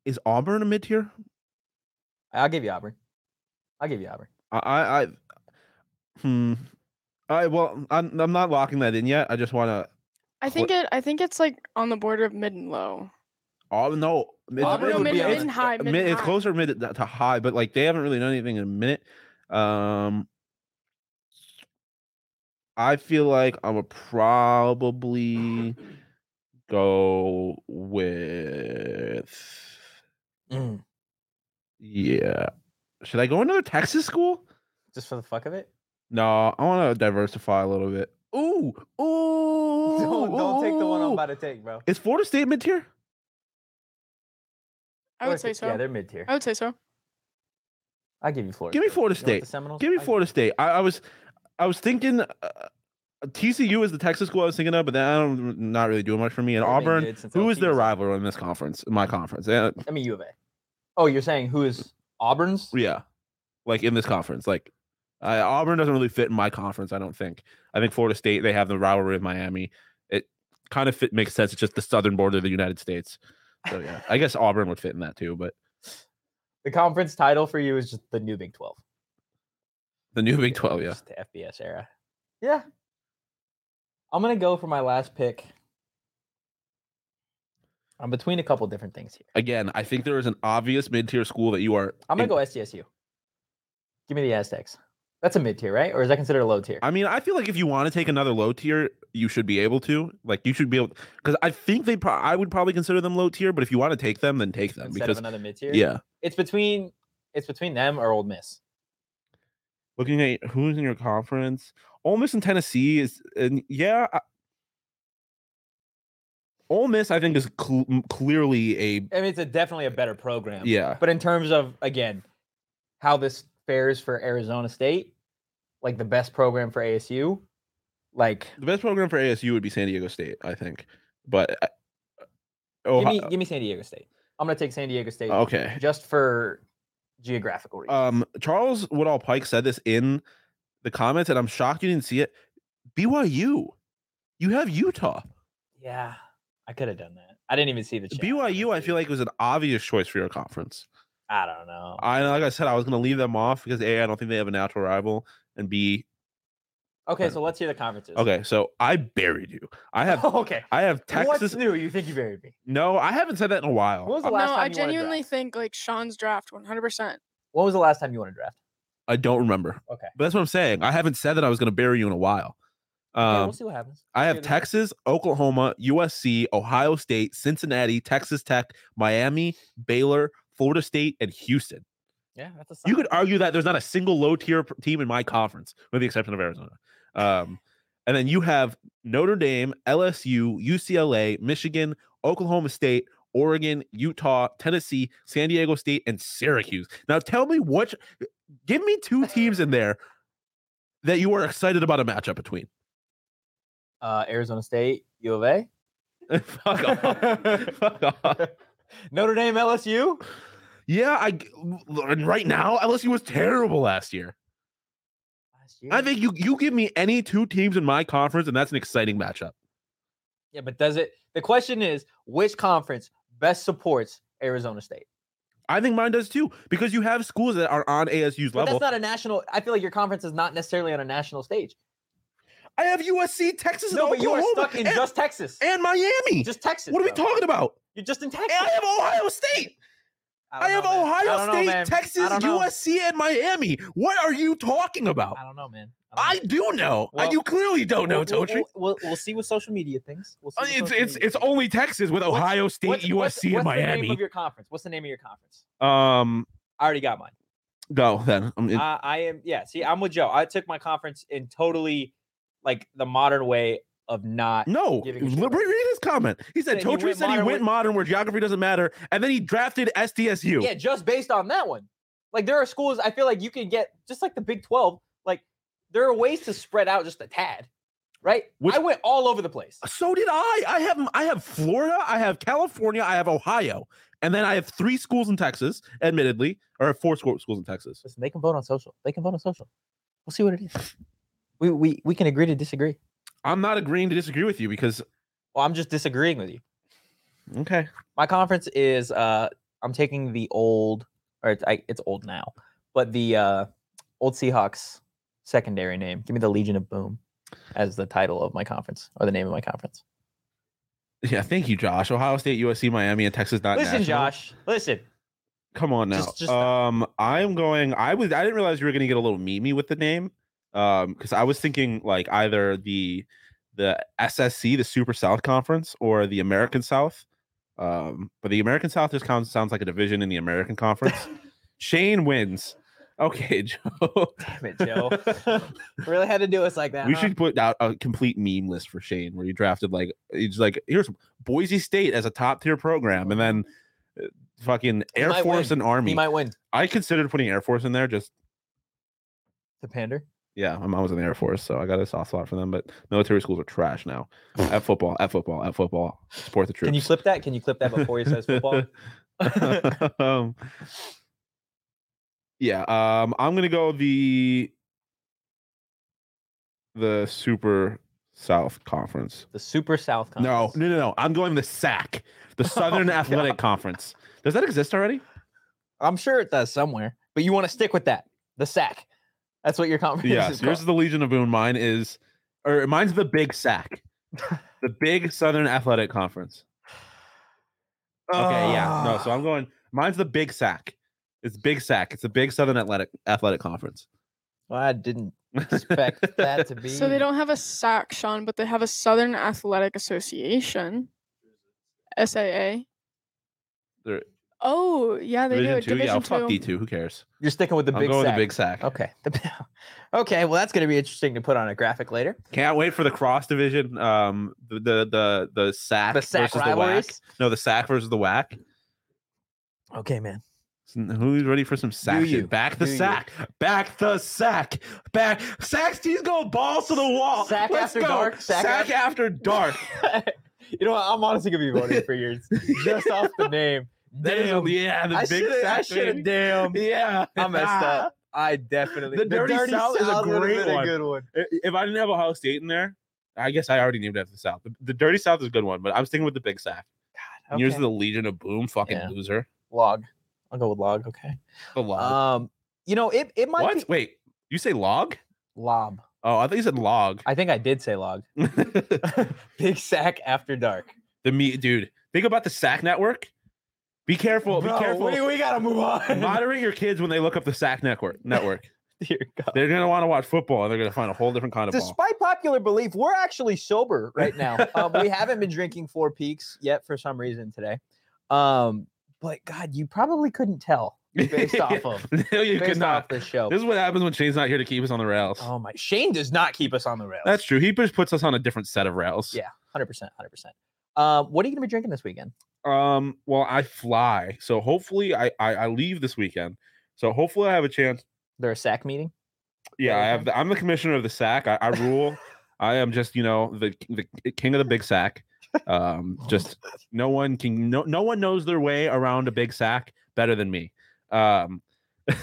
[SPEAKER 2] Is Auburn a mid tier?
[SPEAKER 1] I'll give you Auburn. I'll give you Auburn.
[SPEAKER 2] I, I, I, hmm. I well, I'm I'm not locking that in yet. I just want to.
[SPEAKER 4] I think it. I think it's like on the border of mid and low.
[SPEAKER 2] Auburn, no, it's,
[SPEAKER 1] Auburn
[SPEAKER 2] it
[SPEAKER 4] no,
[SPEAKER 1] would
[SPEAKER 4] mid,
[SPEAKER 1] be
[SPEAKER 4] mid
[SPEAKER 1] on-
[SPEAKER 4] and high. Mid,
[SPEAKER 2] mid,
[SPEAKER 4] and
[SPEAKER 2] it's
[SPEAKER 4] high.
[SPEAKER 2] closer mid to to high, but like they haven't really done anything in a minute. Um, I feel like I'm gonna probably go with
[SPEAKER 1] Mm,
[SPEAKER 2] yeah. Should I go another Texas school?
[SPEAKER 1] Just for the fuck of it.
[SPEAKER 2] No, I want to diversify a little bit. Ooh, ooh,
[SPEAKER 1] Don't, don't take the one I'm
[SPEAKER 2] ooh.
[SPEAKER 1] about to take, bro.
[SPEAKER 2] Is Florida State mid tier?
[SPEAKER 4] I would say so.
[SPEAKER 1] Yeah, they're mid tier.
[SPEAKER 4] I would say so.
[SPEAKER 1] I give you Florida.
[SPEAKER 2] Give me
[SPEAKER 1] State. You
[SPEAKER 2] Florida
[SPEAKER 1] know what the
[SPEAKER 2] State.
[SPEAKER 1] Seminoles-
[SPEAKER 2] Give me
[SPEAKER 1] I
[SPEAKER 2] Florida State. I, I was, I was thinking uh, TCU is the Texas school I was thinking of, but then I don't not really doing much for me. And
[SPEAKER 1] they've been
[SPEAKER 2] Auburn,
[SPEAKER 1] good since
[SPEAKER 2] who is their
[SPEAKER 1] LSU.
[SPEAKER 2] rival in this conference? In my conference, Uh,
[SPEAKER 1] I mean U of A. Oh, you're saying who is Auburn's?
[SPEAKER 2] yeah, like in this conference, like I, Auburn doesn't really fit in my conference. I don't think. I think Florida State they have the rivalry with Miami. It kind of fit makes sense. It's just the southern border of the United States. So yeah, I guess Auburn would fit in that too, but.
[SPEAKER 1] The conference title for you is just the new Big Twelve.
[SPEAKER 2] The new Big
[SPEAKER 1] Yeah,
[SPEAKER 2] 12, yeah.
[SPEAKER 1] just The FBS era. Yeah. I'm gonna go for my last pick. I'm between a couple different things here.
[SPEAKER 2] Again, I think there is an obvious mid-tier school that you are.
[SPEAKER 1] I'm gonna
[SPEAKER 2] in-
[SPEAKER 1] go SDSU. Give me the Aztecs. That's a mid tier, right? Or is that considered a low tier?
[SPEAKER 2] I mean, I feel like if you want to take another low tier, you should be able to. Like, you should be able because I think they. Pro- I would probably consider them low tier, but if you want to take them, then take them
[SPEAKER 1] Instead of
[SPEAKER 2] because
[SPEAKER 1] another mid tier.
[SPEAKER 2] yeah.
[SPEAKER 1] It's between it's between them or Old Miss.
[SPEAKER 2] Looking at who's in your conference, Ole Miss and Tennessee is, and yeah, I, Ole Miss I think is cl- m- clearly a
[SPEAKER 1] I mean, it's a, definitely a better program.
[SPEAKER 2] yeah.
[SPEAKER 1] But in terms of again, how this fares for Arizona State, like the best program for ASU, like
[SPEAKER 2] The best program for ASU would be San Diego State, I think, but uh,
[SPEAKER 1] give
[SPEAKER 2] Ohio-
[SPEAKER 1] me give me San Diego State. I'm gonna take San Diego State
[SPEAKER 2] okay,
[SPEAKER 1] just for geographical reasons.
[SPEAKER 2] um Charles Woodall Pike said this in the comments, and I'm shocked you didn't see it. BYU, you have Utah.
[SPEAKER 1] yeah, I could have done that. I didn't even see the chat,
[SPEAKER 2] BYU, I feel
[SPEAKER 1] honestly.
[SPEAKER 2] like was an obvious choice for your conference.
[SPEAKER 1] I don't know.
[SPEAKER 2] I like I said, I was going to leave them off because a, I don't think they have a natural rival, and b,
[SPEAKER 1] Okay,
[SPEAKER 2] Right.
[SPEAKER 1] so let's hear the conferences.
[SPEAKER 2] Okay, so I buried you. I have
[SPEAKER 1] okay.
[SPEAKER 2] I have
[SPEAKER 1] What's
[SPEAKER 2] Texas.
[SPEAKER 1] new? You think you buried me?
[SPEAKER 2] No, I haven't said that in a while.
[SPEAKER 1] When was the
[SPEAKER 2] I-
[SPEAKER 1] last
[SPEAKER 4] no,
[SPEAKER 1] time
[SPEAKER 4] I
[SPEAKER 1] you won a
[SPEAKER 4] genuinely
[SPEAKER 1] draft?
[SPEAKER 4] think like Sean's draft 100%.
[SPEAKER 1] When was the last time you won a draft?
[SPEAKER 2] I don't remember.
[SPEAKER 1] Okay.
[SPEAKER 2] But that's what I'm saying. I haven't said that I was going to bury you in a while.
[SPEAKER 1] Okay,
[SPEAKER 2] Um,
[SPEAKER 1] we'll see what happens.
[SPEAKER 2] I
[SPEAKER 1] Hear
[SPEAKER 2] have
[SPEAKER 1] the-
[SPEAKER 2] Texas, Oklahoma, USC, Ohio State, Cincinnati, Texas Tech, Miami, Baylor, Florida State, and Houston.
[SPEAKER 1] Yeah, that's a sign.
[SPEAKER 2] You could argue that there's not a single low tier team in my conference, with the exception of Arizona. Um, and then you have Notre Dame, LSU, UCLA, Michigan, Oklahoma State, Oregon, Utah, Tennessee, San Diego State, and Syracuse. Now tell me what, give me two teams in there that you are excited about a matchup between.
[SPEAKER 1] uh, Arizona State, U of A,
[SPEAKER 2] Fuck off. Fuck off.
[SPEAKER 1] Notre Dame, LSU.
[SPEAKER 2] Yeah, I g- l- and right now LSU was terrible last year.
[SPEAKER 1] Last year.
[SPEAKER 2] I think you you give me any two teams in my conference, and that's an exciting matchup.
[SPEAKER 1] Yeah, but does it? The question is, which conference best supports Arizona State?
[SPEAKER 2] I think mine does too because you have schools that are on ASU's
[SPEAKER 1] But
[SPEAKER 2] level.
[SPEAKER 1] that's not a national. I feel like your conference is not necessarily on a national stage.
[SPEAKER 2] I have USC, Texas,
[SPEAKER 1] No,
[SPEAKER 2] and
[SPEAKER 1] but you are
[SPEAKER 2] Oklahoma
[SPEAKER 1] stuck in
[SPEAKER 2] and,
[SPEAKER 1] just Texas.
[SPEAKER 2] and Miami.
[SPEAKER 1] Just Texas.
[SPEAKER 2] what are we
[SPEAKER 1] bro.
[SPEAKER 2] talking about?
[SPEAKER 1] You're just in
[SPEAKER 2] And
[SPEAKER 1] Texas.
[SPEAKER 2] I have Ohio State. I,
[SPEAKER 1] don't
[SPEAKER 2] have
[SPEAKER 1] know, man. I
[SPEAKER 2] Ohio
[SPEAKER 1] don't know,
[SPEAKER 2] State,
[SPEAKER 1] man.
[SPEAKER 2] Texas,
[SPEAKER 1] don't know.
[SPEAKER 2] USC, and Miami. What are you talking about?
[SPEAKER 1] I don't know, man.
[SPEAKER 2] I do know. I-
[SPEAKER 1] Well,
[SPEAKER 2] you clearly don't know,
[SPEAKER 1] we'll,
[SPEAKER 2] Totri.
[SPEAKER 1] We'll, we'll, we'll see what social media thinks. We'll see
[SPEAKER 2] Uh,
[SPEAKER 1] what
[SPEAKER 2] It's
[SPEAKER 1] social
[SPEAKER 2] it's
[SPEAKER 1] media
[SPEAKER 2] it's
[SPEAKER 1] thinks.
[SPEAKER 2] only Texas with
[SPEAKER 1] What's-
[SPEAKER 2] Ohio State,
[SPEAKER 1] What's-
[SPEAKER 2] USC,
[SPEAKER 1] what's-
[SPEAKER 2] and
[SPEAKER 1] what's The
[SPEAKER 2] Miami.
[SPEAKER 1] name of your conference? What's the name of your conference?
[SPEAKER 2] Um,
[SPEAKER 1] I already got mine.
[SPEAKER 2] go then. Um, I'm in-
[SPEAKER 1] I, I am. Yeah. See, I'm with Joe. I took my conference in totally like the modern way of not.
[SPEAKER 2] no,
[SPEAKER 1] giving a shit
[SPEAKER 2] li-
[SPEAKER 1] about-
[SPEAKER 2] read his comment. He
[SPEAKER 1] Said
[SPEAKER 2] said
[SPEAKER 1] he went
[SPEAKER 2] Totri said he
[SPEAKER 1] modern
[SPEAKER 2] went
[SPEAKER 1] with-
[SPEAKER 2] modern where geography doesn't matter, and then he drafted SDSU.
[SPEAKER 1] Yeah, just based on that one. Like there are schools I feel like you can get just like the Big 12, like there are ways to spread out just a tad, right?
[SPEAKER 2] Which-
[SPEAKER 1] I went all over the place.
[SPEAKER 2] So did I. I have I have Florida, I have California, I have Ohio, and then I have three schools in Texas. Admittedly, or I have four scho- schools in Texas.
[SPEAKER 1] Listen, they can vote on social. They can vote on social. We'll see what it is. We we we can agree to disagree.
[SPEAKER 2] I'm not agreeing to disagree with you because
[SPEAKER 1] Well, I'm just disagreeing with you.
[SPEAKER 2] okay,
[SPEAKER 1] My conference is uh I'm taking the old or it's I, it's old now, but the uh old Seahawks secondary name. Give me the Legion of Boom as the title of my conference or the name of my conference.
[SPEAKER 2] yeah, thank you, Josh. Ohio State, USC, Miami, and Texas. Not
[SPEAKER 1] Listen,
[SPEAKER 2] national.
[SPEAKER 1] Josh. Listen.
[SPEAKER 2] Come on now.
[SPEAKER 1] Just- just stop.
[SPEAKER 2] um, I'm going. I was. I didn't realize you were going to get a little memey with the name. Um, because I was thinking like either the the SSC, the Super South Conference, or the American South. Um, but the American South just sounds sounds like a division in the American Conference. Shane wins. Okay, Joe.
[SPEAKER 1] Damn it, Joe. really had to do us like that.
[SPEAKER 2] we
[SPEAKER 1] huh?
[SPEAKER 2] should put out a complete meme list for Shane, where you drafted like it's like here's Boise State as a top tier program, and then uh, fucking Air
[SPEAKER 1] might
[SPEAKER 2] Force
[SPEAKER 1] win.
[SPEAKER 2] and Army.
[SPEAKER 1] He might win.
[SPEAKER 2] I considered putting Air Force in there. Just
[SPEAKER 1] The pander.
[SPEAKER 2] yeah, my mom was in the Air Force, so I got a soft spot for them. But military schools are trash now. at football, at football, at football. Support the troops.
[SPEAKER 1] Can you clip that? Can you clip that before he says football?
[SPEAKER 2] um, yeah, um, I'm gonna go the the Super South Conference.
[SPEAKER 1] The Super South
[SPEAKER 2] No,
[SPEAKER 1] Conference.
[SPEAKER 2] no, no, no. I'm going the SAC, the Southern
[SPEAKER 1] Oh,
[SPEAKER 2] Athletic
[SPEAKER 1] God.
[SPEAKER 2] Conference. Does that exist already?
[SPEAKER 1] I'm sure it does somewhere, but you want to stick with that. The sack. That's what your conference
[SPEAKER 2] Yes,
[SPEAKER 1] is.
[SPEAKER 2] yours is
[SPEAKER 1] called.
[SPEAKER 2] the Legion of Boom. Mine is, or mine's the Big Sack, the Big Southern Athletic Conference. Okay,
[SPEAKER 1] Ah.
[SPEAKER 2] yeah, no. So I'm going. Mine's the Big Sack. It's Big Sack. It's the Big Southern Athletic Athletic Conference.
[SPEAKER 1] Well, I didn't expect that to be.
[SPEAKER 4] So they don't have a SAC, Sean, but they have a Southern Athletic Association, SAA.
[SPEAKER 2] They're-
[SPEAKER 4] Oh, yeah, they
[SPEAKER 2] Division
[SPEAKER 4] do.
[SPEAKER 2] two. Yeah, I'll
[SPEAKER 4] Division
[SPEAKER 2] fuck
[SPEAKER 4] two.
[SPEAKER 2] D two. Who cares?
[SPEAKER 1] You're sticking with the
[SPEAKER 2] I'm
[SPEAKER 1] big
[SPEAKER 2] going
[SPEAKER 1] sack.
[SPEAKER 2] the Big Sack.
[SPEAKER 1] Okay. The- okay. Well, that's going to be interesting to put on a graphic later.
[SPEAKER 2] Can't wait for the cross division. Um, the the the, the sack
[SPEAKER 1] The sack
[SPEAKER 2] versus the whack.
[SPEAKER 1] rivalries.
[SPEAKER 2] No, the sack versus the whack.
[SPEAKER 1] Okay, man.
[SPEAKER 2] S- Who's ready for some sack?
[SPEAKER 1] you.
[SPEAKER 2] shit? Back the
[SPEAKER 1] Do you.
[SPEAKER 2] sack. Back the sack. Back. Sacks teams go balls to the wall.
[SPEAKER 1] Sack after dark,
[SPEAKER 2] Sack,
[SPEAKER 1] sack after-
[SPEAKER 2] after dark.
[SPEAKER 1] you know what? I'm honestly gonna be voting for yours just off the name.
[SPEAKER 2] Damn. Yeah. The
[SPEAKER 1] I
[SPEAKER 2] big
[SPEAKER 1] shoulda- I
[SPEAKER 2] sack.
[SPEAKER 1] shoulda
[SPEAKER 2] baby.
[SPEAKER 1] damn.
[SPEAKER 2] Yeah.
[SPEAKER 1] I messed up. I definitely
[SPEAKER 2] The Dirty South is a
[SPEAKER 1] would've
[SPEAKER 2] great
[SPEAKER 1] been
[SPEAKER 2] one.
[SPEAKER 1] good one.
[SPEAKER 2] I- If I didn't have Ohio State in there, I guess I already named it after the South. The, the Dirty South is a good one, but I'm sticking with the big sack. And Yours is
[SPEAKER 1] Okay.
[SPEAKER 2] the Legion of Boom. Fucking
[SPEAKER 1] Yeah.
[SPEAKER 2] loser.
[SPEAKER 1] log. I'll go with log. Okay.
[SPEAKER 2] The log.
[SPEAKER 1] Um, you know it it might
[SPEAKER 2] what?
[SPEAKER 1] be
[SPEAKER 2] Wait. You say log?
[SPEAKER 1] lob.
[SPEAKER 2] Oh, I think he said log.
[SPEAKER 1] I think I did say log.
[SPEAKER 2] the
[SPEAKER 1] Big sack after dark.
[SPEAKER 2] meat, dude. Think about the sack network. Be careful.
[SPEAKER 1] Bro,
[SPEAKER 2] be careful.
[SPEAKER 1] We, we gotta move on.
[SPEAKER 2] Moderate your kids when they look up the sack network. Network.
[SPEAKER 1] Dear God.
[SPEAKER 2] they're gonna want to watch football, and they're gonna find a whole different kind of ball.
[SPEAKER 1] Despite popular belief, we're actually sober right now. um, we haven't been drinking Four Peaks yet for some reason today. Um, but God, you probably couldn't tell based off of
[SPEAKER 2] no, you
[SPEAKER 1] based
[SPEAKER 2] could not.
[SPEAKER 1] off this show.
[SPEAKER 2] This is what happens when Shane's not here to keep us on the rails.
[SPEAKER 1] Oh my! Shane does not keep us on the rails.
[SPEAKER 2] That's true. He just puts us on a different set of rails.
[SPEAKER 1] Yeah. hundred percent, hundred percent. Um, what are you gonna be drinking this weekend?
[SPEAKER 2] Um. Well, I fly, so hopefully I I, I leave this weekend. So hopefully I have a chance.
[SPEAKER 1] There a sack meeting?
[SPEAKER 2] Yeah, I have.
[SPEAKER 1] Okay.
[SPEAKER 2] The, I'm the commissioner of the sack. I, I rule. I am just you know the the king of the big sack. Um. Just no one can no no one knows their way around a big sack better than me. Um.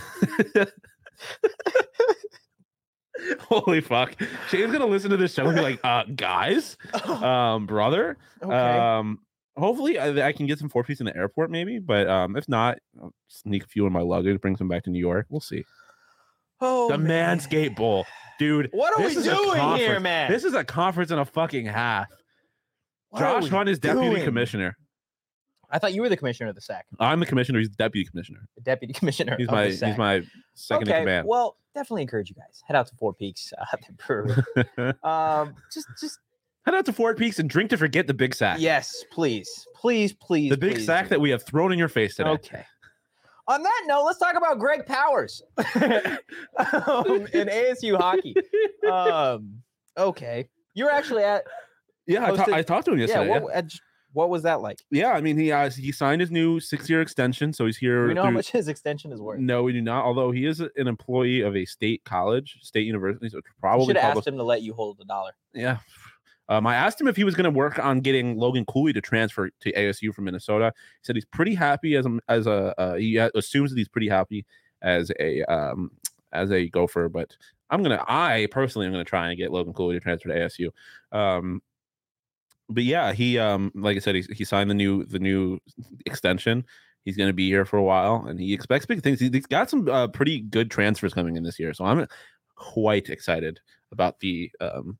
[SPEAKER 2] Holy fuck! Shane's gonna listen to this show and be like, "Uh, guys, um, brother, Um, hopefully I, I can get some four piece in the airport, maybe. But um, if not, I'll sneak a few in my luggage, bring some back to New York. We'll see.
[SPEAKER 1] oh,
[SPEAKER 2] the
[SPEAKER 1] man.
[SPEAKER 2] Manscaped Bowl, dude.
[SPEAKER 1] What are
[SPEAKER 2] this
[SPEAKER 1] we
[SPEAKER 2] is a
[SPEAKER 1] doing here,
[SPEAKER 2] conference.
[SPEAKER 1] man?
[SPEAKER 2] This is a conference and a fucking half.
[SPEAKER 1] What are
[SPEAKER 2] Josh
[SPEAKER 1] we
[SPEAKER 2] Hunt is deputy
[SPEAKER 1] doing?
[SPEAKER 2] commissioner.
[SPEAKER 1] I thought you were the commissioner of the sack,
[SPEAKER 2] I'm the commissioner. He's the deputy commissioner.
[SPEAKER 1] the deputy commissioner.
[SPEAKER 2] He's
[SPEAKER 1] of
[SPEAKER 2] my
[SPEAKER 1] The sack.
[SPEAKER 2] he's my second
[SPEAKER 1] okay,
[SPEAKER 2] in command.
[SPEAKER 1] Well, definitely encourage you guys. Head out to Four Peaks, uh, the brewery. um, just, just
[SPEAKER 2] Head out to Fort Peaks and drink to forget the big sack.
[SPEAKER 1] yes, please, please, please.
[SPEAKER 2] Ah. the big
[SPEAKER 1] please
[SPEAKER 2] sack
[SPEAKER 1] do.
[SPEAKER 2] that we have thrown in your face today.
[SPEAKER 1] Okay. On that note, let's talk about Greg Powers um, and ASU hockey. Um, okay, you were actually at
[SPEAKER 2] Yeah, I, ta-
[SPEAKER 1] Posted-
[SPEAKER 2] I talked to him
[SPEAKER 1] yeah.
[SPEAKER 2] yesterday. Yeah,
[SPEAKER 1] What, uh, j- what was that like?
[SPEAKER 2] yeah. I mean, he uh, he signed his new six year extension, so he's
[SPEAKER 1] Do
[SPEAKER 2] here.
[SPEAKER 1] we know how
[SPEAKER 2] through-
[SPEAKER 1] much his extension is worth?
[SPEAKER 2] No, we do not. Although he is an employee of a state college, state university, so it's
[SPEAKER 1] You
[SPEAKER 2] probably
[SPEAKER 1] should have asked
[SPEAKER 2] public.
[SPEAKER 1] him to let you hold a dollar.
[SPEAKER 2] Yeah. Um, I asked him if he was going to work on getting Logan Cooley to transfer to ASU from Minnesota. He said he's pretty happy as a, as a uh, he a- assumes that he's pretty happy as a um, as a Gopher. But I'm gonna I personally am gonna try and get Logan Cooley to transfer to ASU. Um, but yeah, he um like I said he he signed the new the new extension. He's going to be here for a while, and he expects big things. He- He's got some uh, pretty good transfers coming in this year, so I'm quite excited about the um,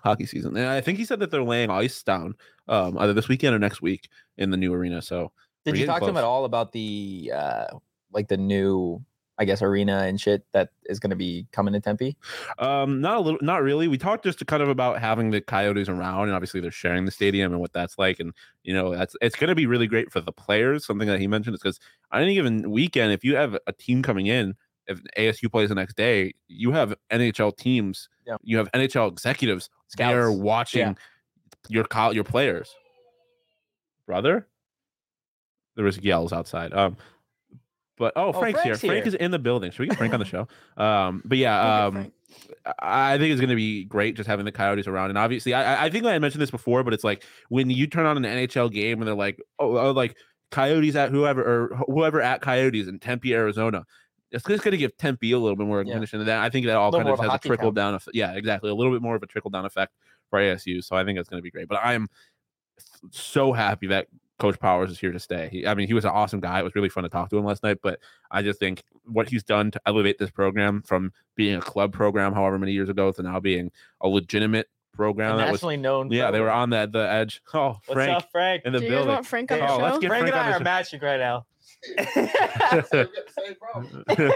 [SPEAKER 2] hockey season. And I think he said that they're laying ice down um, either this weekend or next week in the new arena. So
[SPEAKER 1] Did
[SPEAKER 2] We're
[SPEAKER 1] you
[SPEAKER 2] getting
[SPEAKER 1] talk to him at
[SPEAKER 2] close.
[SPEAKER 1] all about the uh, like the new, I guess, arena and shit that is going to be coming to Tempe?
[SPEAKER 2] um, not a little, not really. We talked just to kind of about having the Coyotes around, and obviously they're sharing the stadium and what that's like. And you know, that's it's going to be really great for the players. Something that he mentioned is because on any given weekend, if you have a team coming in, if ASU plays the next day, you have NHL teams,
[SPEAKER 1] Yeah.
[SPEAKER 2] you have NHL executives there
[SPEAKER 1] Scouts.
[SPEAKER 2] watching your col- your players. Brother, there was yells outside. Um, but oh,
[SPEAKER 1] Oh,
[SPEAKER 2] Frank's, here.
[SPEAKER 1] Frank's
[SPEAKER 2] Frank
[SPEAKER 1] here.
[SPEAKER 2] is in the building. Should we get Frank on the show? Um, but yeah,
[SPEAKER 4] Look at
[SPEAKER 2] um,
[SPEAKER 4] Frank.
[SPEAKER 2] I I think it's going to be great just having the Coyotes around. And obviously, I, I- I think I had mentioned this before, but it's like when you turn on an NHL game and they're like, oh, oh, like Coyotes at whoever or whoever at Coyotes in Tempe, Arizona. It's just going to give Tempe a little bit more
[SPEAKER 1] Yeah.
[SPEAKER 2] recognition. And that I think that all
[SPEAKER 1] Little
[SPEAKER 2] kind
[SPEAKER 1] more
[SPEAKER 2] of
[SPEAKER 1] of a
[SPEAKER 2] has a
[SPEAKER 1] hockey
[SPEAKER 2] trickle
[SPEAKER 1] town.
[SPEAKER 2] down. eff- Yeah, exactly. A little bit more of a trickle down effect for ASU. So I think that's going to be great. But I am so happy that Coach Powers is here to stay. He, I mean, he was an awesome guy. It was really fun to talk to him last night. But I just think what he's done to elevate this program from being a club program, however many years ago, to now being a legitimate
[SPEAKER 1] A
[SPEAKER 2] program that was.
[SPEAKER 1] nationally known.
[SPEAKER 2] Yeah, they were
[SPEAKER 1] program.
[SPEAKER 2] on the the edge. Oh,
[SPEAKER 1] What's
[SPEAKER 2] Frank
[SPEAKER 1] up, Frank?
[SPEAKER 2] in the
[SPEAKER 4] Do you guys
[SPEAKER 2] building.
[SPEAKER 4] want Frank on
[SPEAKER 1] Yeah.
[SPEAKER 4] the
[SPEAKER 2] Oh,
[SPEAKER 4] show?
[SPEAKER 2] let's get
[SPEAKER 1] Frank
[SPEAKER 2] Frank
[SPEAKER 1] and
[SPEAKER 2] on
[SPEAKER 1] I
[SPEAKER 2] the
[SPEAKER 1] are
[SPEAKER 2] show.
[SPEAKER 1] matching right now.
[SPEAKER 6] We've got the same problem. We, we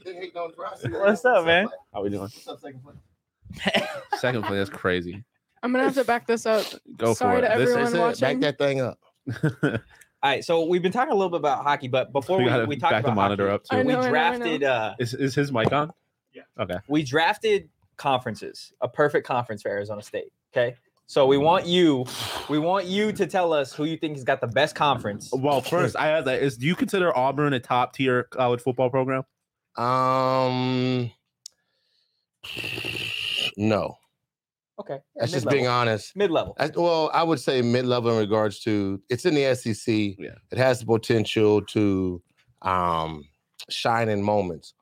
[SPEAKER 6] been hating on Rossi.
[SPEAKER 1] What's up, man?
[SPEAKER 2] How we doing?
[SPEAKER 6] What's up, second place?
[SPEAKER 2] Second play, that's crazy.
[SPEAKER 4] I'm gonna have to back this up.
[SPEAKER 2] Go
[SPEAKER 4] Sorry
[SPEAKER 2] for
[SPEAKER 4] to
[SPEAKER 2] it.
[SPEAKER 6] This
[SPEAKER 4] Everyone
[SPEAKER 6] is it.
[SPEAKER 4] watching?
[SPEAKER 6] Back that thing up.
[SPEAKER 1] All right, so we've been talking a little bit about hockey, but before
[SPEAKER 2] we
[SPEAKER 1] we,
[SPEAKER 2] gotta
[SPEAKER 1] we talked
[SPEAKER 2] back
[SPEAKER 1] about
[SPEAKER 2] the monitor
[SPEAKER 1] hockey,
[SPEAKER 2] up
[SPEAKER 4] I
[SPEAKER 2] too.
[SPEAKER 1] We
[SPEAKER 4] know, I know.
[SPEAKER 1] drafted uh
[SPEAKER 2] Is is his mic on?
[SPEAKER 1] we drafted conferences, a perfect conference for Arizona State. Okay. So we want you we want you to tell us who you think has got the best conference.
[SPEAKER 2] Well, first I have that. Is do you consider Auburn a top tier college football program?
[SPEAKER 6] Um, no.
[SPEAKER 1] Okay.
[SPEAKER 6] That's just
[SPEAKER 1] mid-level.
[SPEAKER 6] being honest.
[SPEAKER 1] mid level.
[SPEAKER 6] I, well, I would say mid-level in regards to it's in the SEC.
[SPEAKER 2] Yeah.
[SPEAKER 6] It has the potential to um, shine in moments,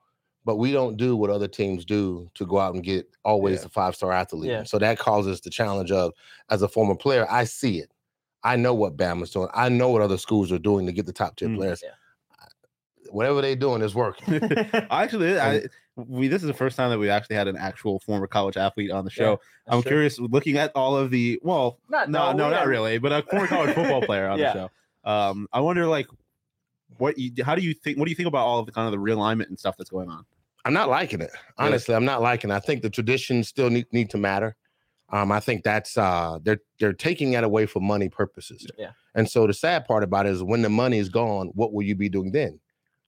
[SPEAKER 6] but we don't do what other teams do to go out and get always
[SPEAKER 2] Yeah.
[SPEAKER 6] a five-star athlete.
[SPEAKER 1] Yeah.
[SPEAKER 6] So that causes the challenge of, as a former player, I see it. I know what Bama's doing. I know what other schools are doing to get the top tier
[SPEAKER 2] Mm.
[SPEAKER 6] players.
[SPEAKER 1] Yeah.
[SPEAKER 6] Whatever they're doing is working.
[SPEAKER 2] Actually, I, we this is the first time that we've actually had an actual former college athlete on the
[SPEAKER 1] Yeah,
[SPEAKER 2] show. I'm
[SPEAKER 1] Sure.
[SPEAKER 2] curious, looking at all of the well,
[SPEAKER 1] Not,
[SPEAKER 2] no, no,
[SPEAKER 1] we
[SPEAKER 2] not
[SPEAKER 1] don't-
[SPEAKER 2] really, but a former college football player on
[SPEAKER 1] Yeah.
[SPEAKER 2] the show. Um, I wonder, like, what you, how do you think? What do you think about all of the kind of the realignment and stuff that's going on?
[SPEAKER 6] I'm not liking it.
[SPEAKER 2] Really?
[SPEAKER 6] Honestly, I'm not liking. It. I think the traditions still need, need to matter. Um, I think that's uh, they're they're taking that away for money purposes.
[SPEAKER 1] Yeah.
[SPEAKER 6] And so the sad part about it is when the money is gone, what will you be doing then?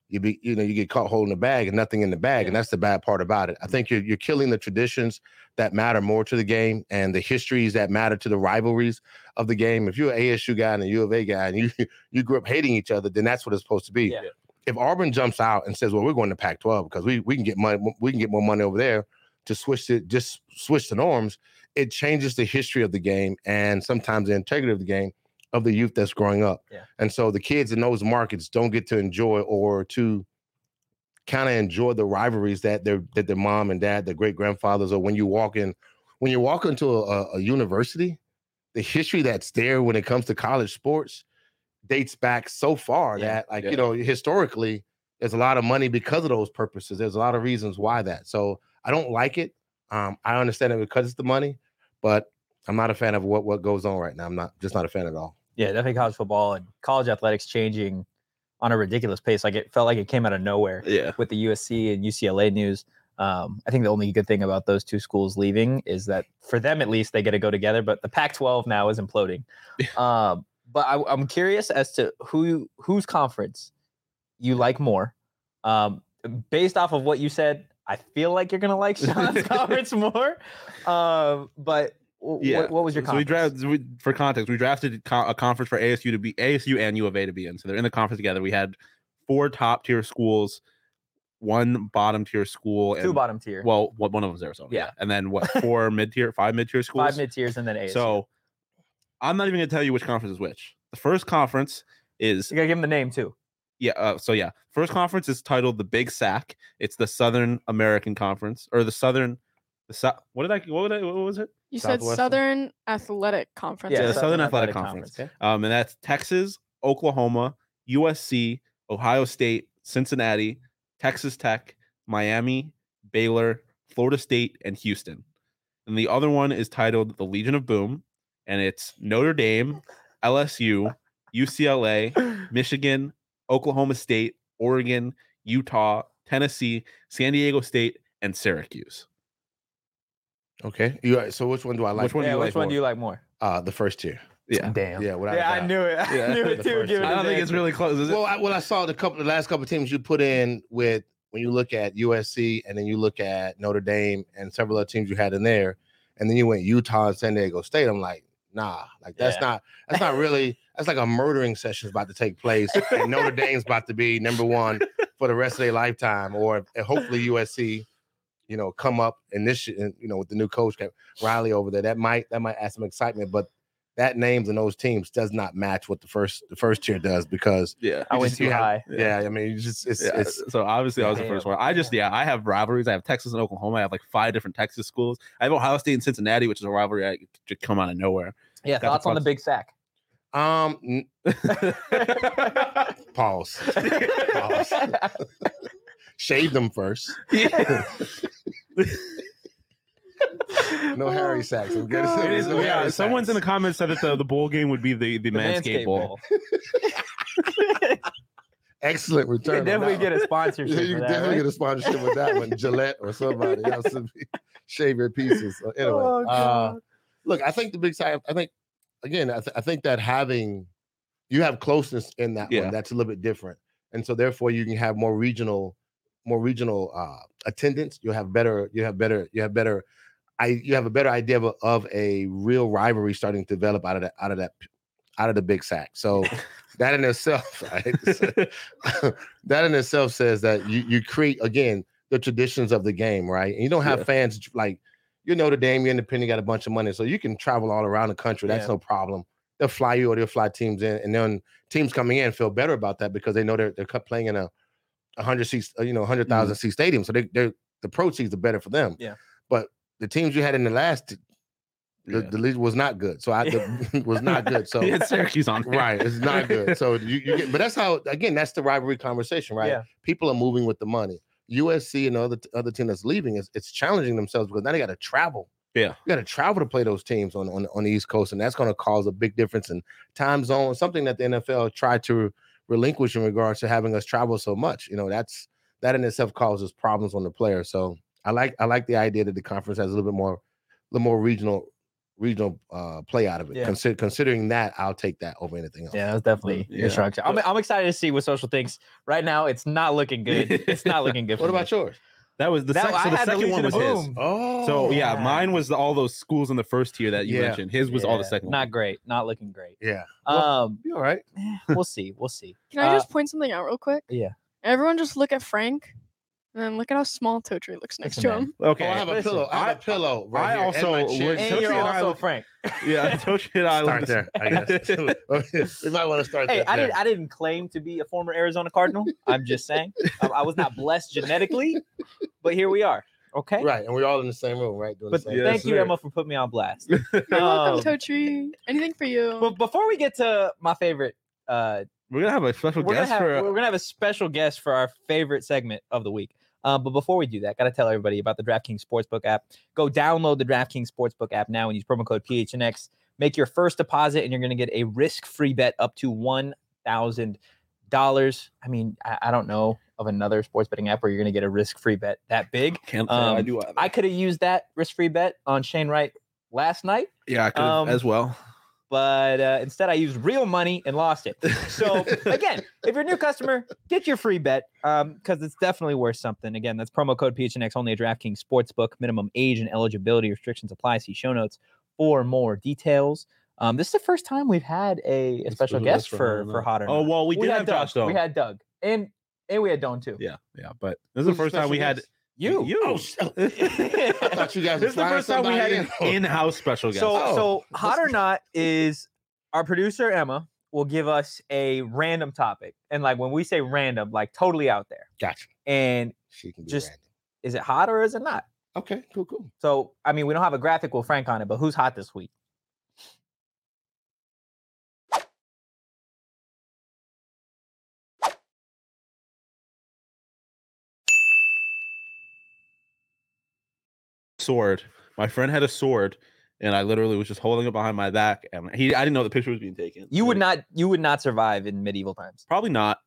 [SPEAKER 6] You be you know you get caught holding the bag and nothing in the bag, and that's the bad part about it. I think you're you're killing the traditions that matter more to the game and the histories that matter to the rivalries of the game. If you're an ASU guy and a U of A guy and you you grew up hating each other, then that's what it's supposed to be
[SPEAKER 1] Yeah.
[SPEAKER 6] if Auburn jumps out and says, "Well, we're going to Pac-12 because we we can get money, we can get more money over there to switch it, just switch the norms," it changes the history of the game and sometimes the integrity of the game of the youth that's growing up.
[SPEAKER 1] Yeah.
[SPEAKER 6] And so the kids in those markets don't get to enjoy or to kind of enjoy the rivalries that their that their mom and dad, their great grandfathers, or when you walk in, when you walk into a, a, a university, the history that's there when it comes to college sports dates back so far
[SPEAKER 1] Yeah,
[SPEAKER 6] that like
[SPEAKER 7] yeah.
[SPEAKER 6] you know historically there's a lot of money because of those purposes there's a lot of reasons why that so i don't like it um i understand it because it's the money but i'm not a fan of what what goes on right now i'm not just not a fan at all
[SPEAKER 1] Yeah, definitely college football and college athletics changing on a ridiculous pace. Like it felt like it came out of nowhere
[SPEAKER 2] Yeah,
[SPEAKER 1] with the USC and UCLA news. Um, I think the only good thing about those two schools leaving is that for them at least they get to go together. But the Pac-12 now is imploding. um, but I, I'm curious as to who whose conference you like more. Um, based off of what you said, I feel like you're gonna like Sean's conference more. Um, but w-
[SPEAKER 2] Yeah.
[SPEAKER 1] what, what was your
[SPEAKER 2] so we
[SPEAKER 1] conference?
[SPEAKER 2] drafted we, for context. We drafted co- a conference for ASU to be ASU and U of A to be in. So they're in the conference together. We had four top tier schools, one bottom tier school, and
[SPEAKER 1] Two bottom tier.
[SPEAKER 2] well, what one of them is Arizona.
[SPEAKER 1] Yeah.
[SPEAKER 2] and then what four mid tier, five mid tier schools,
[SPEAKER 1] five mid tiers and then ASU.
[SPEAKER 2] So I'm not even gonna tell you which conference is which. The first conference is
[SPEAKER 1] you gotta give them the name too.
[SPEAKER 2] yeah. Uh, so yeah, first conference is titled the Big Sack. It's the Southern American Conference or the Southern. The Sou- what did I? What, did I, what was it?
[SPEAKER 4] You said
[SPEAKER 2] Southwestern?
[SPEAKER 4] Southern Athletic Conference.
[SPEAKER 2] Yeah,
[SPEAKER 4] I
[SPEAKER 2] the
[SPEAKER 4] think.
[SPEAKER 2] Southern Athletic Conference. Um, and that's Texas, Oklahoma, USC, Ohio State, Cincinnati, Texas Tech, Miami, Baylor, Florida State, and Houston. And the other one is titled The Legion of Boom, and it's Notre Dame, LSU, UCLA, Michigan, Oklahoma State, Oregon, Utah, Tennessee, San Diego State, and Syracuse.
[SPEAKER 6] okay you are- so which one do i like
[SPEAKER 2] Which one do
[SPEAKER 1] yeah,
[SPEAKER 2] you
[SPEAKER 1] which
[SPEAKER 2] like
[SPEAKER 1] one
[SPEAKER 2] more?
[SPEAKER 1] do you like more?
[SPEAKER 6] uh the first tier
[SPEAKER 2] Yeah.
[SPEAKER 1] Damn.
[SPEAKER 6] yeah without a
[SPEAKER 1] Yeah, I
[SPEAKER 6] doubt.
[SPEAKER 1] knew it. I
[SPEAKER 2] Yeah.
[SPEAKER 1] knew it
[SPEAKER 6] The
[SPEAKER 1] too.
[SPEAKER 6] first
[SPEAKER 1] Given
[SPEAKER 6] one.
[SPEAKER 2] I don't
[SPEAKER 1] his
[SPEAKER 2] think it's
[SPEAKER 1] answer.
[SPEAKER 2] really close. Is it?
[SPEAKER 6] well I, well I saw the couple the last couple teams you put in with when you look at USC and then you look at Notre Dame and several other teams you had in there and then you went Utah and San Diego State I'm like nah like that's
[SPEAKER 1] Yeah.
[SPEAKER 6] not that's not really that's like a murdering session is about to take place and Notre Dame's about to be number one for the rest of their lifetime or and hopefully USC you know come up and this shit, and, you know with the new coach Riley over there that might that might add some excitement but that names and those teams does not match what the first the first tier does because
[SPEAKER 2] yeah.
[SPEAKER 1] I
[SPEAKER 6] You
[SPEAKER 1] went
[SPEAKER 6] just-
[SPEAKER 1] too
[SPEAKER 6] you have-
[SPEAKER 1] high.
[SPEAKER 6] yeah, I mean, it's just it's,
[SPEAKER 2] Yeah,
[SPEAKER 6] it's
[SPEAKER 2] so obviously I was the first
[SPEAKER 1] Damn.
[SPEAKER 2] one. I just yeah, I have rivalries. I have Texas and Oklahoma. I have like five different Texas schools. I have Ohio State and Cincinnati, which is a rivalry I just come out of nowhere.
[SPEAKER 1] Yeah.
[SPEAKER 2] the
[SPEAKER 1] Thoughts on the big sack?
[SPEAKER 6] um n- pause. Pause. Shave them first. No
[SPEAKER 1] Oh,
[SPEAKER 6] Harry Sacks. I'm good.
[SPEAKER 2] It is-
[SPEAKER 6] No
[SPEAKER 2] yeah,
[SPEAKER 6] Harry
[SPEAKER 2] someone's in the
[SPEAKER 6] Sacks.
[SPEAKER 2] comments said that the, the bowl game would be the the,
[SPEAKER 1] The
[SPEAKER 2] Manscaped, bowl.
[SPEAKER 6] excellent
[SPEAKER 1] you
[SPEAKER 6] return.
[SPEAKER 1] can
[SPEAKER 6] on
[SPEAKER 1] definitely
[SPEAKER 6] that
[SPEAKER 1] get a
[SPEAKER 6] one.
[SPEAKER 1] sponsorship. Oh,
[SPEAKER 6] Yeah, you
[SPEAKER 1] for
[SPEAKER 6] can
[SPEAKER 1] that,
[SPEAKER 6] definitely
[SPEAKER 1] right?
[SPEAKER 6] get a sponsorship with that one, Gillette or somebody else. to be- Shave your pieces. So anyway,
[SPEAKER 1] Oh,
[SPEAKER 6] uh, look, I think the big side. I think again, I, th- I think that having you have closeness in that
[SPEAKER 2] Yeah.
[SPEAKER 6] one that's a little bit different, and so therefore you can have more regional, more regional uh, attendance. You have better. You have better. You have better. I you have a better idea of a, of a real rivalry starting to develop out of that out of that out of the big sack. So that in itself, I hate to say- that in itself says that you you create again the traditions of the game, right? And you don't have
[SPEAKER 2] Yeah.
[SPEAKER 6] fans like you know the Dame, you're independent, got a bunch of money, so you can travel all around the country. That's
[SPEAKER 1] Yeah.
[SPEAKER 6] no problem. They'll fly you or they'll fly teams in, and then teams coming in feel better about that because they know they're they're cu- playing in a a hundred seats, uh, you know, hundred thousand seat stadium, so they they the proceeds are better for them.
[SPEAKER 1] Yeah.
[SPEAKER 6] but the teams you had in the last. The,
[SPEAKER 2] Yeah.
[SPEAKER 6] the league was not good, so I the, was not good. So
[SPEAKER 2] We had Syracuse on there.
[SPEAKER 6] right it's not good so you, you get but that's how again that's the rivalry conversation right
[SPEAKER 1] Yeah.
[SPEAKER 6] people are moving with the money USC and the other other team that's leaving is it's challenging themselves because now they got to travel.
[SPEAKER 2] Yeah.
[SPEAKER 6] you got to travel to play those teams on, on on the East Coast, and that's going to cause a big difference in time zone. Something that the NFL tried to relinquish in regards to having us travel so much. You know, that's that in itself causes problems on the player. So I like I like the idea that the conference has a little bit more, a little more regional regional uh play out of it.
[SPEAKER 1] Yeah.
[SPEAKER 6] Consider, considering that, I'll take that over anything else.
[SPEAKER 1] Yeah, that's definitely
[SPEAKER 7] Yeah.
[SPEAKER 1] destruction. I'm,
[SPEAKER 7] But-
[SPEAKER 1] I'm excited to see what social thinks. Right now, it's not looking good. It's not looking good.
[SPEAKER 6] What
[SPEAKER 1] for me.
[SPEAKER 6] about yours?
[SPEAKER 2] That was the,
[SPEAKER 1] That-
[SPEAKER 2] sec-
[SPEAKER 1] I
[SPEAKER 2] so the
[SPEAKER 1] had
[SPEAKER 2] second one
[SPEAKER 1] Legion
[SPEAKER 2] was
[SPEAKER 1] of
[SPEAKER 2] his.
[SPEAKER 1] Boom.
[SPEAKER 6] Oh,
[SPEAKER 2] So yeah,
[SPEAKER 1] Yeah.
[SPEAKER 2] mine was the, all those schools in the first tier that you
[SPEAKER 6] Yeah.
[SPEAKER 2] mentioned. His was all the
[SPEAKER 1] Yeah,
[SPEAKER 2] second
[SPEAKER 1] Not
[SPEAKER 2] one.
[SPEAKER 1] great. Not looking great.
[SPEAKER 6] yeah.
[SPEAKER 1] Um,
[SPEAKER 6] You all right?
[SPEAKER 1] eh, we'll see. We'll see.
[SPEAKER 4] Can I
[SPEAKER 1] Uh,
[SPEAKER 4] just point something out real quick?
[SPEAKER 1] yeah.
[SPEAKER 4] Everyone just look at Frank and then look at how small Toe Tree looks next
[SPEAKER 1] a
[SPEAKER 4] to
[SPEAKER 1] man.
[SPEAKER 4] him.
[SPEAKER 2] Okay.
[SPEAKER 6] oh, I have a
[SPEAKER 1] listen,
[SPEAKER 6] pillow. I have a pillow. Right
[SPEAKER 2] I
[SPEAKER 6] here and my
[SPEAKER 2] also
[SPEAKER 6] chair.
[SPEAKER 2] would-
[SPEAKER 1] And
[SPEAKER 2] Toshi
[SPEAKER 1] you're
[SPEAKER 2] and I
[SPEAKER 1] also
[SPEAKER 2] look-
[SPEAKER 1] Frank.
[SPEAKER 2] yeah, Toshi and I
[SPEAKER 6] start
[SPEAKER 2] looked-
[SPEAKER 6] there. I guess we might want to start
[SPEAKER 1] Hey,
[SPEAKER 6] that
[SPEAKER 1] I,
[SPEAKER 6] there.
[SPEAKER 1] did, I didn't claim to be a former Arizona Cardinal. I'm just saying. I, I was not blessed genetically, but here we are. Okay.
[SPEAKER 6] right, and we're all in the same room, right? Doing
[SPEAKER 1] But
[SPEAKER 6] the same
[SPEAKER 2] Yes,
[SPEAKER 1] thank you,
[SPEAKER 2] sir.
[SPEAKER 1] Emma, for putting me on blast.
[SPEAKER 4] You're welcome,
[SPEAKER 1] Um,
[SPEAKER 4] Toe Tree. Anything for you.
[SPEAKER 1] but before we get to my favorite, uh,
[SPEAKER 2] We're gonna have a special
[SPEAKER 1] we're gonna,
[SPEAKER 2] guest
[SPEAKER 1] have,
[SPEAKER 2] for uh,
[SPEAKER 1] we're gonna have a special guest for our favorite segment of the week. Uh, but before we do that, gotta tell everybody about the DraftKings Sportsbook app. Go download the DraftKings Sportsbook app now and use promo code PHNX. Make your first deposit, and you're gonna get a risk-free bet up to one thousand dollars. I mean, I, I don't know of another sports betting app where you're gonna get a risk-free bet that big.
[SPEAKER 2] Can't
[SPEAKER 1] say I
[SPEAKER 2] do.
[SPEAKER 1] I could have used that risk-free bet on Shane Wright last night,
[SPEAKER 2] yeah, I could
[SPEAKER 1] um,
[SPEAKER 2] as well.
[SPEAKER 1] but uh, instead I used real money and lost it. So again, if you're a new customer, get your free bet because it's definitely worth something. Again, that's promo code PHNX only at DraftKings Sportsbook. Minimum age and eligibility restrictions apply. See show notes for more details. Um, this is the first time we've had a, a
[SPEAKER 6] It's
[SPEAKER 1] special
[SPEAKER 6] been with us
[SPEAKER 1] guest
[SPEAKER 6] for a
[SPEAKER 1] for for
[SPEAKER 6] while now.
[SPEAKER 1] Hot or
[SPEAKER 2] Oh
[SPEAKER 1] Not.
[SPEAKER 2] well, we, did
[SPEAKER 1] had
[SPEAKER 2] have
[SPEAKER 1] Doug.
[SPEAKER 2] Josh though.
[SPEAKER 1] We had Doug and and we had Don too.
[SPEAKER 2] yeah, yeah, but this is the
[SPEAKER 6] Who's the
[SPEAKER 2] first time we
[SPEAKER 6] special
[SPEAKER 2] had
[SPEAKER 6] guest?
[SPEAKER 1] You.
[SPEAKER 2] You.
[SPEAKER 6] Oh, sh- I thought you guys.
[SPEAKER 2] this is the first time we had an
[SPEAKER 6] in.
[SPEAKER 2] in-house special guest.
[SPEAKER 1] So,
[SPEAKER 6] Oh,
[SPEAKER 1] so hot
[SPEAKER 6] that's-
[SPEAKER 1] or not is our producer Emma will give us a random topic, and like when we say random, like totally out there.
[SPEAKER 6] Gotcha.
[SPEAKER 1] And
[SPEAKER 6] She can be
[SPEAKER 1] Just-
[SPEAKER 6] random.
[SPEAKER 1] is it hot or is it not?
[SPEAKER 6] Okay, cool, cool.
[SPEAKER 1] So, I mean, we don't have a graphic with Frank on it, but who's hot this week?
[SPEAKER 2] sword. My friend had a sword, and I literally was just holding it behind my back, and he. I didn't know the picture was being taken.
[SPEAKER 1] You would
[SPEAKER 2] Like,
[SPEAKER 1] not, you would not survive in medieval times.
[SPEAKER 2] Probably not.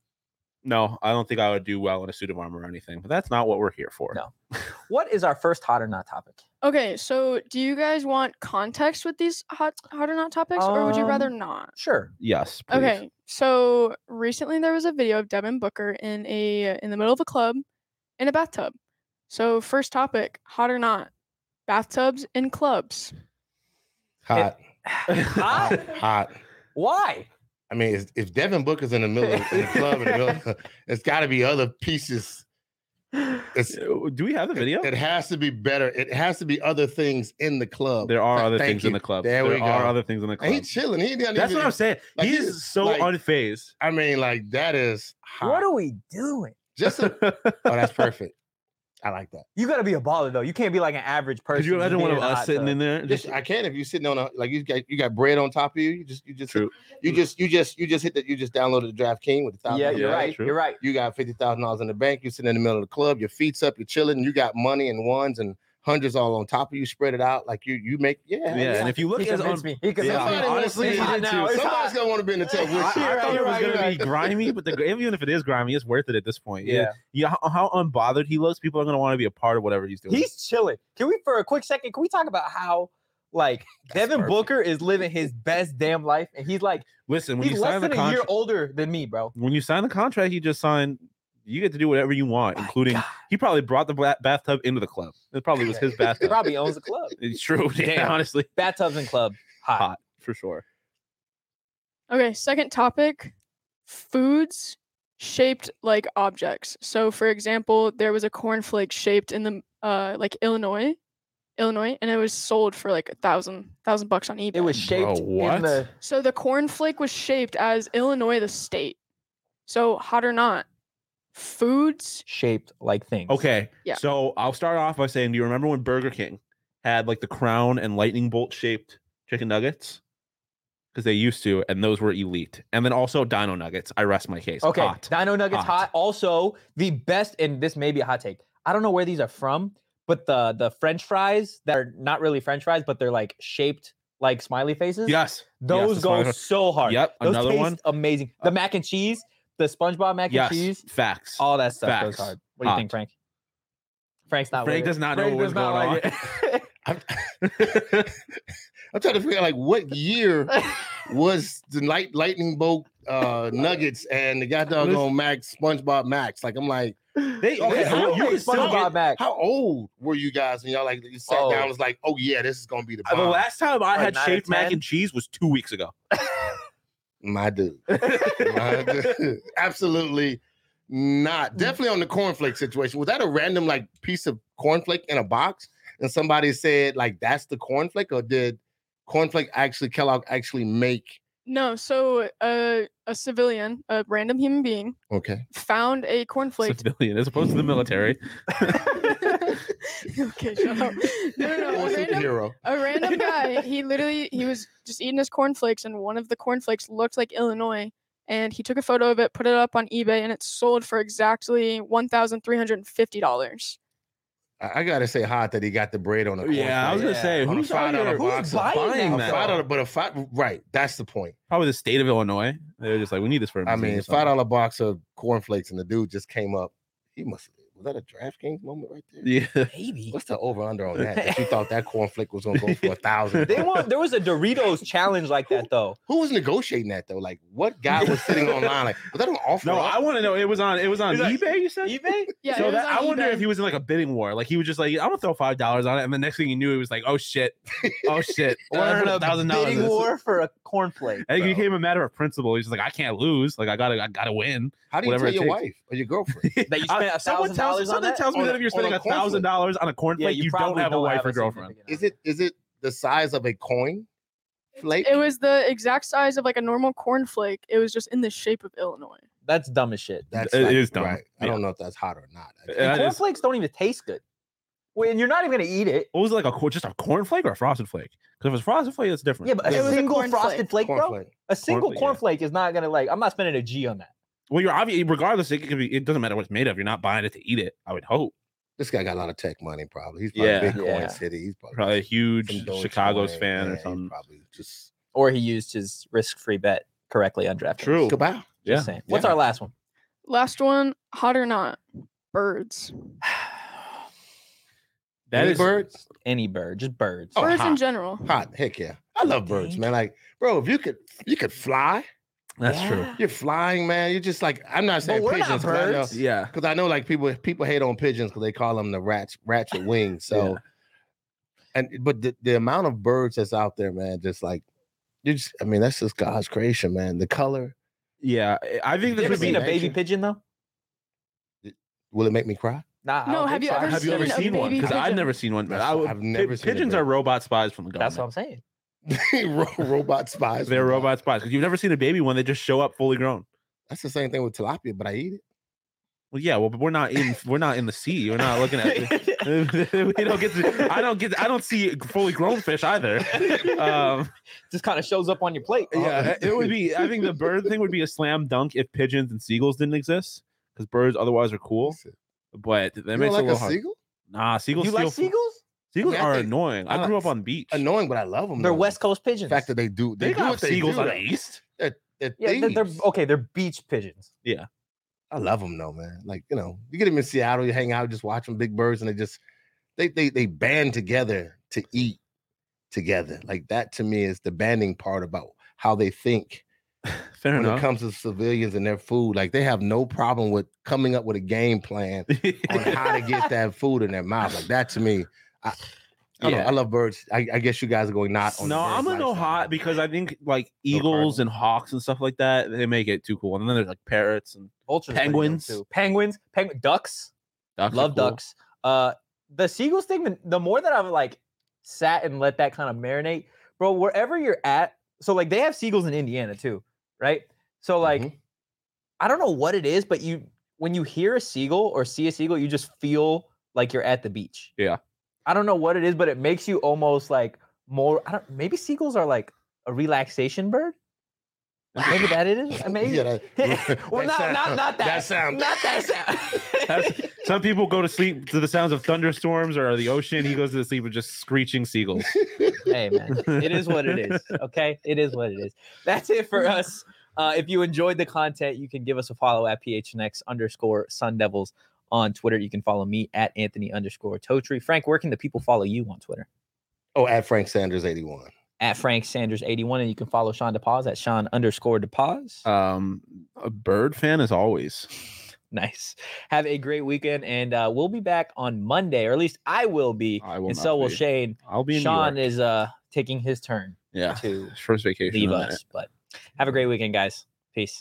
[SPEAKER 2] No, I don't think I would do well in a suit of armor or anything. But that's not what we're here for.
[SPEAKER 1] No. What is our first hot or not topic?
[SPEAKER 4] Okay, so do you guys want context with these hot hot or not topics, or would you rather
[SPEAKER 1] Um,
[SPEAKER 4] not?
[SPEAKER 1] Sure.
[SPEAKER 2] Yes. please.
[SPEAKER 4] Okay, so recently there was a video of Devin Booker in a in the middle of a club in a bathtub. So first topic, hot or not? Bathtubs in clubs.
[SPEAKER 6] Hot,
[SPEAKER 1] hot?
[SPEAKER 6] hot, hot.
[SPEAKER 1] Why?
[SPEAKER 6] I mean, it's- if Devin Booker's in the middle of in the club, in the middle, it's got to be other pieces. It's,
[SPEAKER 2] Uh, Do we have the video?
[SPEAKER 6] It, it has to be better. It has to be other things in the club.
[SPEAKER 2] There are
[SPEAKER 6] Th-
[SPEAKER 2] other
[SPEAKER 6] thank
[SPEAKER 2] things in
[SPEAKER 6] you.
[SPEAKER 2] the club.
[SPEAKER 6] There, we go.
[SPEAKER 2] are other things in the
[SPEAKER 6] and
[SPEAKER 2] club.
[SPEAKER 6] he chilling. He didn't
[SPEAKER 2] That's
[SPEAKER 6] even,
[SPEAKER 2] what I'm saying.
[SPEAKER 6] like,
[SPEAKER 2] he
[SPEAKER 6] he
[SPEAKER 2] is
[SPEAKER 6] is,
[SPEAKER 2] so
[SPEAKER 6] like-
[SPEAKER 2] unfazed.
[SPEAKER 6] I mean, like that is hot.
[SPEAKER 1] What are we doing?
[SPEAKER 6] just a, oh, that's perfect. I like that.
[SPEAKER 1] You gotta be a baller though. You can't be like an average person.
[SPEAKER 2] Could you imagine one of us sitting in there?
[SPEAKER 6] Just, I can if you're sitting on a like you got you got bread on top of you. You just you just
[SPEAKER 2] True.
[SPEAKER 6] you just you just you just hit that you just downloaded the DraftKings with a thousand.
[SPEAKER 1] Yeah,
[SPEAKER 6] dollars in
[SPEAKER 1] you're
[SPEAKER 2] Yeah,
[SPEAKER 6] the
[SPEAKER 1] right.
[SPEAKER 6] bank.
[SPEAKER 2] true.
[SPEAKER 1] You're right.
[SPEAKER 6] You got fifty thousand dollars in the bank. You're sitting in the middle of the club. Your feet's up. You're chilling. You got money and ones and hundreds all on top of you. Spread it out like you you make yeah.
[SPEAKER 2] yeah, and if you look
[SPEAKER 1] He
[SPEAKER 2] at
[SPEAKER 1] convinced
[SPEAKER 2] on,
[SPEAKER 1] me. He
[SPEAKER 2] Yeah,
[SPEAKER 1] convinced me.
[SPEAKER 6] Somebody wants to
[SPEAKER 1] It's
[SPEAKER 6] see
[SPEAKER 1] hot
[SPEAKER 6] it
[SPEAKER 1] now. It's hot.
[SPEAKER 6] Somebody's gonna want to be in the tub with
[SPEAKER 1] I-
[SPEAKER 6] you.
[SPEAKER 2] I,
[SPEAKER 1] You're
[SPEAKER 2] I
[SPEAKER 1] right,
[SPEAKER 2] thought it
[SPEAKER 1] you're
[SPEAKER 2] was
[SPEAKER 1] right,
[SPEAKER 2] going
[SPEAKER 1] you're
[SPEAKER 2] to be
[SPEAKER 1] right.
[SPEAKER 2] grimy, but the, even if it is grimy, it's worth it at this point.
[SPEAKER 1] Yeah.
[SPEAKER 2] yeah. How, how unbothered he looks, people are going to want to be a part of whatever he's doing.
[SPEAKER 1] He's chilling. Can we, for a quick second, can we talk about how, like, Devin
[SPEAKER 6] perfect.
[SPEAKER 1] Booker is living his best damn life, and he's like,
[SPEAKER 2] Listen, when
[SPEAKER 1] he's
[SPEAKER 2] you sign
[SPEAKER 1] less
[SPEAKER 2] the
[SPEAKER 1] than a year
[SPEAKER 2] contract,
[SPEAKER 1] older than me, bro.
[SPEAKER 2] when you sign the contract you just signed, you get to do whatever you want,
[SPEAKER 1] My
[SPEAKER 2] including
[SPEAKER 1] God.
[SPEAKER 2] he probably brought the ba- bathtub into the club. It probably was his
[SPEAKER 1] He
[SPEAKER 2] bathtub.
[SPEAKER 1] probably owns a club.
[SPEAKER 2] it's true. Yeah,
[SPEAKER 1] Damn.
[SPEAKER 2] honestly,
[SPEAKER 1] Bathtubs and club, hot.
[SPEAKER 2] hot for sure.
[SPEAKER 4] Okay, second topic, foods shaped like objects. So for example, there was a cornflake shaped in the uh like Illinois, Illinois, and it was sold for like a thousand thousand bucks on eBay.
[SPEAKER 1] It was shaped
[SPEAKER 2] what?
[SPEAKER 1] in the.
[SPEAKER 4] So the cornflake was shaped as Illinois, the state. So hot or not, foods.
[SPEAKER 1] Shaped like things.
[SPEAKER 2] Okay.
[SPEAKER 4] Yeah.
[SPEAKER 2] So I'll start off by saying, do you remember when Burger King had like the crown and lightning bolt shaped chicken nuggets? because they used to, and those were elite. And then also Dino Nuggets. I rest my case.
[SPEAKER 1] Okay,
[SPEAKER 2] Hot.
[SPEAKER 1] Dino Nuggets hot.
[SPEAKER 2] Hot.
[SPEAKER 1] Also, the best, and this may be a hot take. I don't know where these are from, but the the French fries that are not really French fries, but they're like shaped like smiley faces.
[SPEAKER 2] Yes.
[SPEAKER 1] those
[SPEAKER 2] the
[SPEAKER 1] go
[SPEAKER 2] smiley-
[SPEAKER 1] so hard.
[SPEAKER 2] Yep,
[SPEAKER 1] those
[SPEAKER 2] another
[SPEAKER 1] taste
[SPEAKER 2] one. Uh,
[SPEAKER 1] amazing. The mac and cheese, the SpongeBob mac
[SPEAKER 2] yes.
[SPEAKER 1] and cheese,
[SPEAKER 2] Facts.
[SPEAKER 1] all that stuff goes
[SPEAKER 2] Facts.
[SPEAKER 1] hard. What do you think, Frank? Frank's not. with
[SPEAKER 2] Frank
[SPEAKER 1] it.
[SPEAKER 2] does not know
[SPEAKER 1] Frank
[SPEAKER 2] what's
[SPEAKER 1] does not
[SPEAKER 2] going
[SPEAKER 1] like it.
[SPEAKER 6] I'm, I'm trying to figure out like what year was the light lightning bolt uh nuggets and the goddamn on Max SpongeBob Max. Like I'm like,
[SPEAKER 2] They okay.
[SPEAKER 6] Yeah,
[SPEAKER 2] so
[SPEAKER 6] I
[SPEAKER 2] you-
[SPEAKER 6] don't
[SPEAKER 2] you
[SPEAKER 6] like
[SPEAKER 2] can still
[SPEAKER 1] SpongeBob
[SPEAKER 2] get-
[SPEAKER 1] mac.
[SPEAKER 6] how old were you guys when y'all like you sat
[SPEAKER 1] Oh.
[SPEAKER 6] down and was like, oh yeah, this is gonna be the
[SPEAKER 2] the
[SPEAKER 6] bomb.
[SPEAKER 2] last time I
[SPEAKER 1] Like
[SPEAKER 2] had
[SPEAKER 1] nine or
[SPEAKER 2] shaved mac
[SPEAKER 1] 10?
[SPEAKER 2] and cheese was two weeks ago.
[SPEAKER 6] My dude. My dude. Absolutely not. Definitely on the cornflake situation. Was that a random like piece of cornflake in a box? And somebody said, like, that's the cornflake, or did cornflake actually Kellogg actually make
[SPEAKER 4] No, so uh, a civilian, a random human being,
[SPEAKER 6] okay?
[SPEAKER 4] found a cornflake.
[SPEAKER 2] Civilian, as opposed to the military.
[SPEAKER 4] okay, shut up. No, no, no.
[SPEAKER 6] Or
[SPEAKER 4] A random,
[SPEAKER 6] superhero.
[SPEAKER 4] a random guy. He literally he was just eating his cornflakes, and one of the cornflakes looked like Illinois. And he took a photo of it, put it up on eBay, and it sold for exactly one thousand three hundred and fifty dollars.
[SPEAKER 6] I, I gotta say hot that he got the bread on the
[SPEAKER 2] Yeah, I was
[SPEAKER 6] cornflake.
[SPEAKER 2] gonna say
[SPEAKER 6] On a
[SPEAKER 2] who's, out
[SPEAKER 6] five dollar
[SPEAKER 2] here,
[SPEAKER 6] box
[SPEAKER 2] who's
[SPEAKER 6] of-
[SPEAKER 2] buying
[SPEAKER 6] A
[SPEAKER 1] that?
[SPEAKER 6] five
[SPEAKER 2] that?
[SPEAKER 6] dollar, but a five right, that's the point.
[SPEAKER 2] Probably the state of Illinois. They're just like, we need this for. a
[SPEAKER 6] I
[SPEAKER 2] museum
[SPEAKER 6] mean,
[SPEAKER 2] or
[SPEAKER 6] five
[SPEAKER 2] something.
[SPEAKER 6] dollar box of cornflakes, and the dude just came up. He must was that a DraftKings moment right there?
[SPEAKER 2] Yeah.
[SPEAKER 1] Maybe.
[SPEAKER 6] What's the over under on that? That you thought that cornflake was gonna go for a thousand.
[SPEAKER 1] They want. There was a Doritos challenge like that though.
[SPEAKER 6] Who was negotiating that though? Like, what guy was sitting online? Like, was that an offer?
[SPEAKER 2] No,
[SPEAKER 6] up?
[SPEAKER 2] I want to know. It was on. It was on
[SPEAKER 1] Is that-
[SPEAKER 2] eBay. you said.
[SPEAKER 1] eBay.
[SPEAKER 4] Yeah, it
[SPEAKER 2] so
[SPEAKER 4] was
[SPEAKER 2] that, I
[SPEAKER 4] on
[SPEAKER 2] wonder
[SPEAKER 4] eBay.
[SPEAKER 2] if he was in like a bidding war. Like he was just like, I'm gonna throw five dollars on it, and the next thing he knew, he was like, oh shit, oh shit,
[SPEAKER 1] We're in a
[SPEAKER 2] thousand dollars.
[SPEAKER 1] bidding war for a cornflake.
[SPEAKER 2] I think it
[SPEAKER 1] bro.
[SPEAKER 2] became a matter of principle. He's just like, I can't lose. Like I gotta, I gotta win.
[SPEAKER 6] How do you
[SPEAKER 2] whatever
[SPEAKER 6] tell
[SPEAKER 2] it
[SPEAKER 6] your
[SPEAKER 2] takes.
[SPEAKER 6] wife or your girlfriend?
[SPEAKER 1] That you
[SPEAKER 2] Uh,
[SPEAKER 1] spent
[SPEAKER 2] someone
[SPEAKER 1] $1,000
[SPEAKER 2] tells-
[SPEAKER 1] on
[SPEAKER 2] Something
[SPEAKER 1] that?
[SPEAKER 2] tells me
[SPEAKER 6] On
[SPEAKER 2] that
[SPEAKER 6] a-
[SPEAKER 2] if you're
[SPEAKER 6] on
[SPEAKER 2] spending
[SPEAKER 6] a
[SPEAKER 2] a thousand dollars on a cornflake, you don't
[SPEAKER 1] probably
[SPEAKER 2] have a
[SPEAKER 1] don't
[SPEAKER 2] wife or girlfriend.
[SPEAKER 1] significant
[SPEAKER 6] Is
[SPEAKER 1] other.
[SPEAKER 6] it is it the size of a coin flake?
[SPEAKER 4] It was the exact size of like a normal cornflake. It was just in the shape of Illinois.
[SPEAKER 1] That's dumb as shit.
[SPEAKER 6] that's
[SPEAKER 2] it
[SPEAKER 6] like,
[SPEAKER 2] is dumb.
[SPEAKER 6] Right. I
[SPEAKER 2] Yeah.
[SPEAKER 6] don't know if that's hot or not.
[SPEAKER 2] Yeah,
[SPEAKER 1] And
[SPEAKER 2] it is.
[SPEAKER 1] cornflakes don't even taste good. When you're not even gonna eat it.
[SPEAKER 2] What was it like a cor- just a cornflake or a frosted flake? Because if it's frosted flake, it's different.
[SPEAKER 1] Yeah, but
[SPEAKER 6] It
[SPEAKER 1] a
[SPEAKER 6] was a
[SPEAKER 1] single
[SPEAKER 4] cornflake.
[SPEAKER 1] frosted flake, bro.
[SPEAKER 6] Cornflake.
[SPEAKER 1] A single
[SPEAKER 2] Cornflake, yeah.
[SPEAKER 1] cornflake is not gonna like. I'm not spending a G on that.
[SPEAKER 2] well, you're obviously regardless. It could be. It doesn't matter what it's made of. You're not buying it to eat it. I would hope.
[SPEAKER 6] This guy got a lot of tech money, probably. He's probably
[SPEAKER 2] Yeah.
[SPEAKER 6] Bitcoin
[SPEAKER 1] Yeah.
[SPEAKER 6] City. He's probably,
[SPEAKER 2] Probably a huge
[SPEAKER 6] some Dogecoin.
[SPEAKER 2] Chicago's fan
[SPEAKER 6] Yeah,
[SPEAKER 2] or
[SPEAKER 6] he's
[SPEAKER 2] something.
[SPEAKER 6] Probably just
[SPEAKER 1] Or he used his risk-free bet correctly on DraftKings.
[SPEAKER 2] True.
[SPEAKER 6] goodbye.
[SPEAKER 2] Yeah.
[SPEAKER 1] Just saying. What's
[SPEAKER 6] Yeah.
[SPEAKER 1] our last one?
[SPEAKER 4] Last one, hot or not, birds.
[SPEAKER 2] That
[SPEAKER 6] Any
[SPEAKER 2] is
[SPEAKER 6] birds.
[SPEAKER 1] Any bird, just birds.
[SPEAKER 6] Oh,
[SPEAKER 4] birds in
[SPEAKER 6] hot.
[SPEAKER 4] general.
[SPEAKER 6] Hot. Heck yeah. I love birds, man. Like, bro, if you could you could fly,
[SPEAKER 2] That's true.
[SPEAKER 6] you're flying, man. You're just like I'm not saying
[SPEAKER 1] we're not
[SPEAKER 6] pigeons because I, know-
[SPEAKER 1] birds.
[SPEAKER 2] Yeah.
[SPEAKER 6] 'cause I know like people people hate on pigeons because they call them the rats ratchet wings. So and but the, the amount of birds that's out there, man, just like you just I mean, that's just God's creation, man. The color.
[SPEAKER 2] Yeah, I I think
[SPEAKER 1] You
[SPEAKER 2] this
[SPEAKER 1] ever
[SPEAKER 2] would be.
[SPEAKER 1] seen a baby
[SPEAKER 6] nature.
[SPEAKER 1] pigeon though?
[SPEAKER 6] Will it make me cry?
[SPEAKER 1] Nah. I
[SPEAKER 4] No,
[SPEAKER 1] don't
[SPEAKER 4] have
[SPEAKER 1] think
[SPEAKER 4] you
[SPEAKER 1] so.
[SPEAKER 4] ever
[SPEAKER 2] Have you ever
[SPEAKER 4] seen a
[SPEAKER 2] seen one?
[SPEAKER 4] baby
[SPEAKER 2] Because I've
[SPEAKER 4] pigeon?
[SPEAKER 2] never seen one. but
[SPEAKER 6] That's-
[SPEAKER 2] I would,
[SPEAKER 6] I've never seen a
[SPEAKER 2] pigeons are
[SPEAKER 6] bird.
[SPEAKER 2] robot spies from the government.
[SPEAKER 1] That's what I'm saying.
[SPEAKER 6] Ro- Robot spies.
[SPEAKER 2] They're
[SPEAKER 6] from God.
[SPEAKER 2] robot spies because you've never seen a baby one. They just show up fully grown.
[SPEAKER 6] That's the same thing with tilapia, but I eat it.
[SPEAKER 2] Well, yeah. Well, but we're not in. We're not in the sea. We're not looking at. we don't get. To, I don't get. I don't see fully grown fish either. Um,
[SPEAKER 1] just kind of shows up on your plate.
[SPEAKER 6] Oh,
[SPEAKER 2] yeah, it would be. I think the bird thing would be a slam dunk if pigeons and seagulls didn't exist because birds otherwise are cool.
[SPEAKER 6] That's it.
[SPEAKER 2] But that
[SPEAKER 6] You
[SPEAKER 2] makes it
[SPEAKER 6] don't
[SPEAKER 2] a
[SPEAKER 6] like a,
[SPEAKER 2] little hard.
[SPEAKER 6] seagull?
[SPEAKER 2] Nah, seagulls.
[SPEAKER 1] you like
[SPEAKER 2] steal food-
[SPEAKER 1] seagulls?
[SPEAKER 2] Seagulls
[SPEAKER 6] I mean, I
[SPEAKER 2] are
[SPEAKER 6] think-
[SPEAKER 2] annoying.
[SPEAKER 6] I
[SPEAKER 2] I
[SPEAKER 6] like
[SPEAKER 2] grew up
[SPEAKER 6] se-
[SPEAKER 2] on beach.
[SPEAKER 6] Annoying, but I love them.
[SPEAKER 1] They're West Coast
[SPEAKER 6] The
[SPEAKER 1] pigeons.
[SPEAKER 6] fact that they do they,
[SPEAKER 2] They
[SPEAKER 6] do
[SPEAKER 2] got
[SPEAKER 6] what they do.
[SPEAKER 2] seagulls on the
[SPEAKER 6] though.
[SPEAKER 2] east.
[SPEAKER 6] They're
[SPEAKER 1] yeah, they're, they're
[SPEAKER 6] thieves.
[SPEAKER 1] okay. They're beach pigeons.
[SPEAKER 6] I love them though, man. Like you know, you get them in Seattle, you hang out, just watch them big birds, and they just they they they band together to eat together. Like that to me is the banding part about how they think
[SPEAKER 2] Fair
[SPEAKER 6] when it
[SPEAKER 2] enough.
[SPEAKER 6] comes to civilians and their food. Like they have no problem with coming up with a game plan on how to get that food in their mouth. Like that to me, I, I, don't know,
[SPEAKER 2] Yeah.
[SPEAKER 6] I love birds. I, I guess you guys are going not. On the
[SPEAKER 2] no,
[SPEAKER 6] birds
[SPEAKER 2] I'm gonna go
[SPEAKER 6] lifestyle.
[SPEAKER 2] hot because I think like eagles
[SPEAKER 6] cardinal.
[SPEAKER 2] and hawks and stuff like that, they make it too cool. And then there's like parrots and
[SPEAKER 1] Vultures. are pretty dope,
[SPEAKER 2] Penguins.
[SPEAKER 1] too. Penguins. Penguin. Ducks.
[SPEAKER 2] ducks. are
[SPEAKER 1] Love
[SPEAKER 2] cool.
[SPEAKER 1] ducks. Uh, the seagulls thing. the- The more that I've like sat and let that kind of marinate, bro. Wherever you're at, so like they have seagulls in Indiana too, right? So like
[SPEAKER 6] Mhm.
[SPEAKER 1] I don't know what it is, but you when you hear a seagull or see a seagull, you just feel like you're at the beach.
[SPEAKER 2] Yeah.
[SPEAKER 1] I don't know what it is, but it makes you almost like more I don't maybe seagulls are like a relaxation bird? Maybe that it is. Maybe.
[SPEAKER 6] Yeah, that-
[SPEAKER 1] well,
[SPEAKER 6] that
[SPEAKER 1] not, not
[SPEAKER 6] sound-
[SPEAKER 1] not that.
[SPEAKER 6] that
[SPEAKER 1] Not
[SPEAKER 6] sound.
[SPEAKER 1] that sound.
[SPEAKER 2] That's- Some people go to sleep to the sounds of thunderstorms or the ocean. He goes to sleep with just screeching seagulls.
[SPEAKER 1] hey man, it is what it is. Okay, it is what it is. That's it for us. Uh, if you enjoyed the content, you can give us a follow at phnx underscore Sun Devils on Twitter. You can follow me at Anthony underscore Totri. Frank, where can the people follow you on Twitter?
[SPEAKER 6] Oh, at Frank Sanders eighty one.
[SPEAKER 1] At Frank Sanders eighty one, and you can follow Sean DePaz at Sean underscore DePaz.
[SPEAKER 2] Um, a bird fan as always.
[SPEAKER 1] Nice. Have a great weekend, and uh, we'll be back on Monday, or at least I will be,
[SPEAKER 2] I will
[SPEAKER 1] and
[SPEAKER 2] not
[SPEAKER 1] so will
[SPEAKER 2] be.
[SPEAKER 1] Shane.
[SPEAKER 2] I'll be in New
[SPEAKER 1] Sean
[SPEAKER 2] York.
[SPEAKER 1] is uh taking his turn
[SPEAKER 2] yeah
[SPEAKER 1] to
[SPEAKER 2] first vacation.
[SPEAKER 1] leave
[SPEAKER 2] of the night.
[SPEAKER 1] us, but have a great weekend, guys. Peace.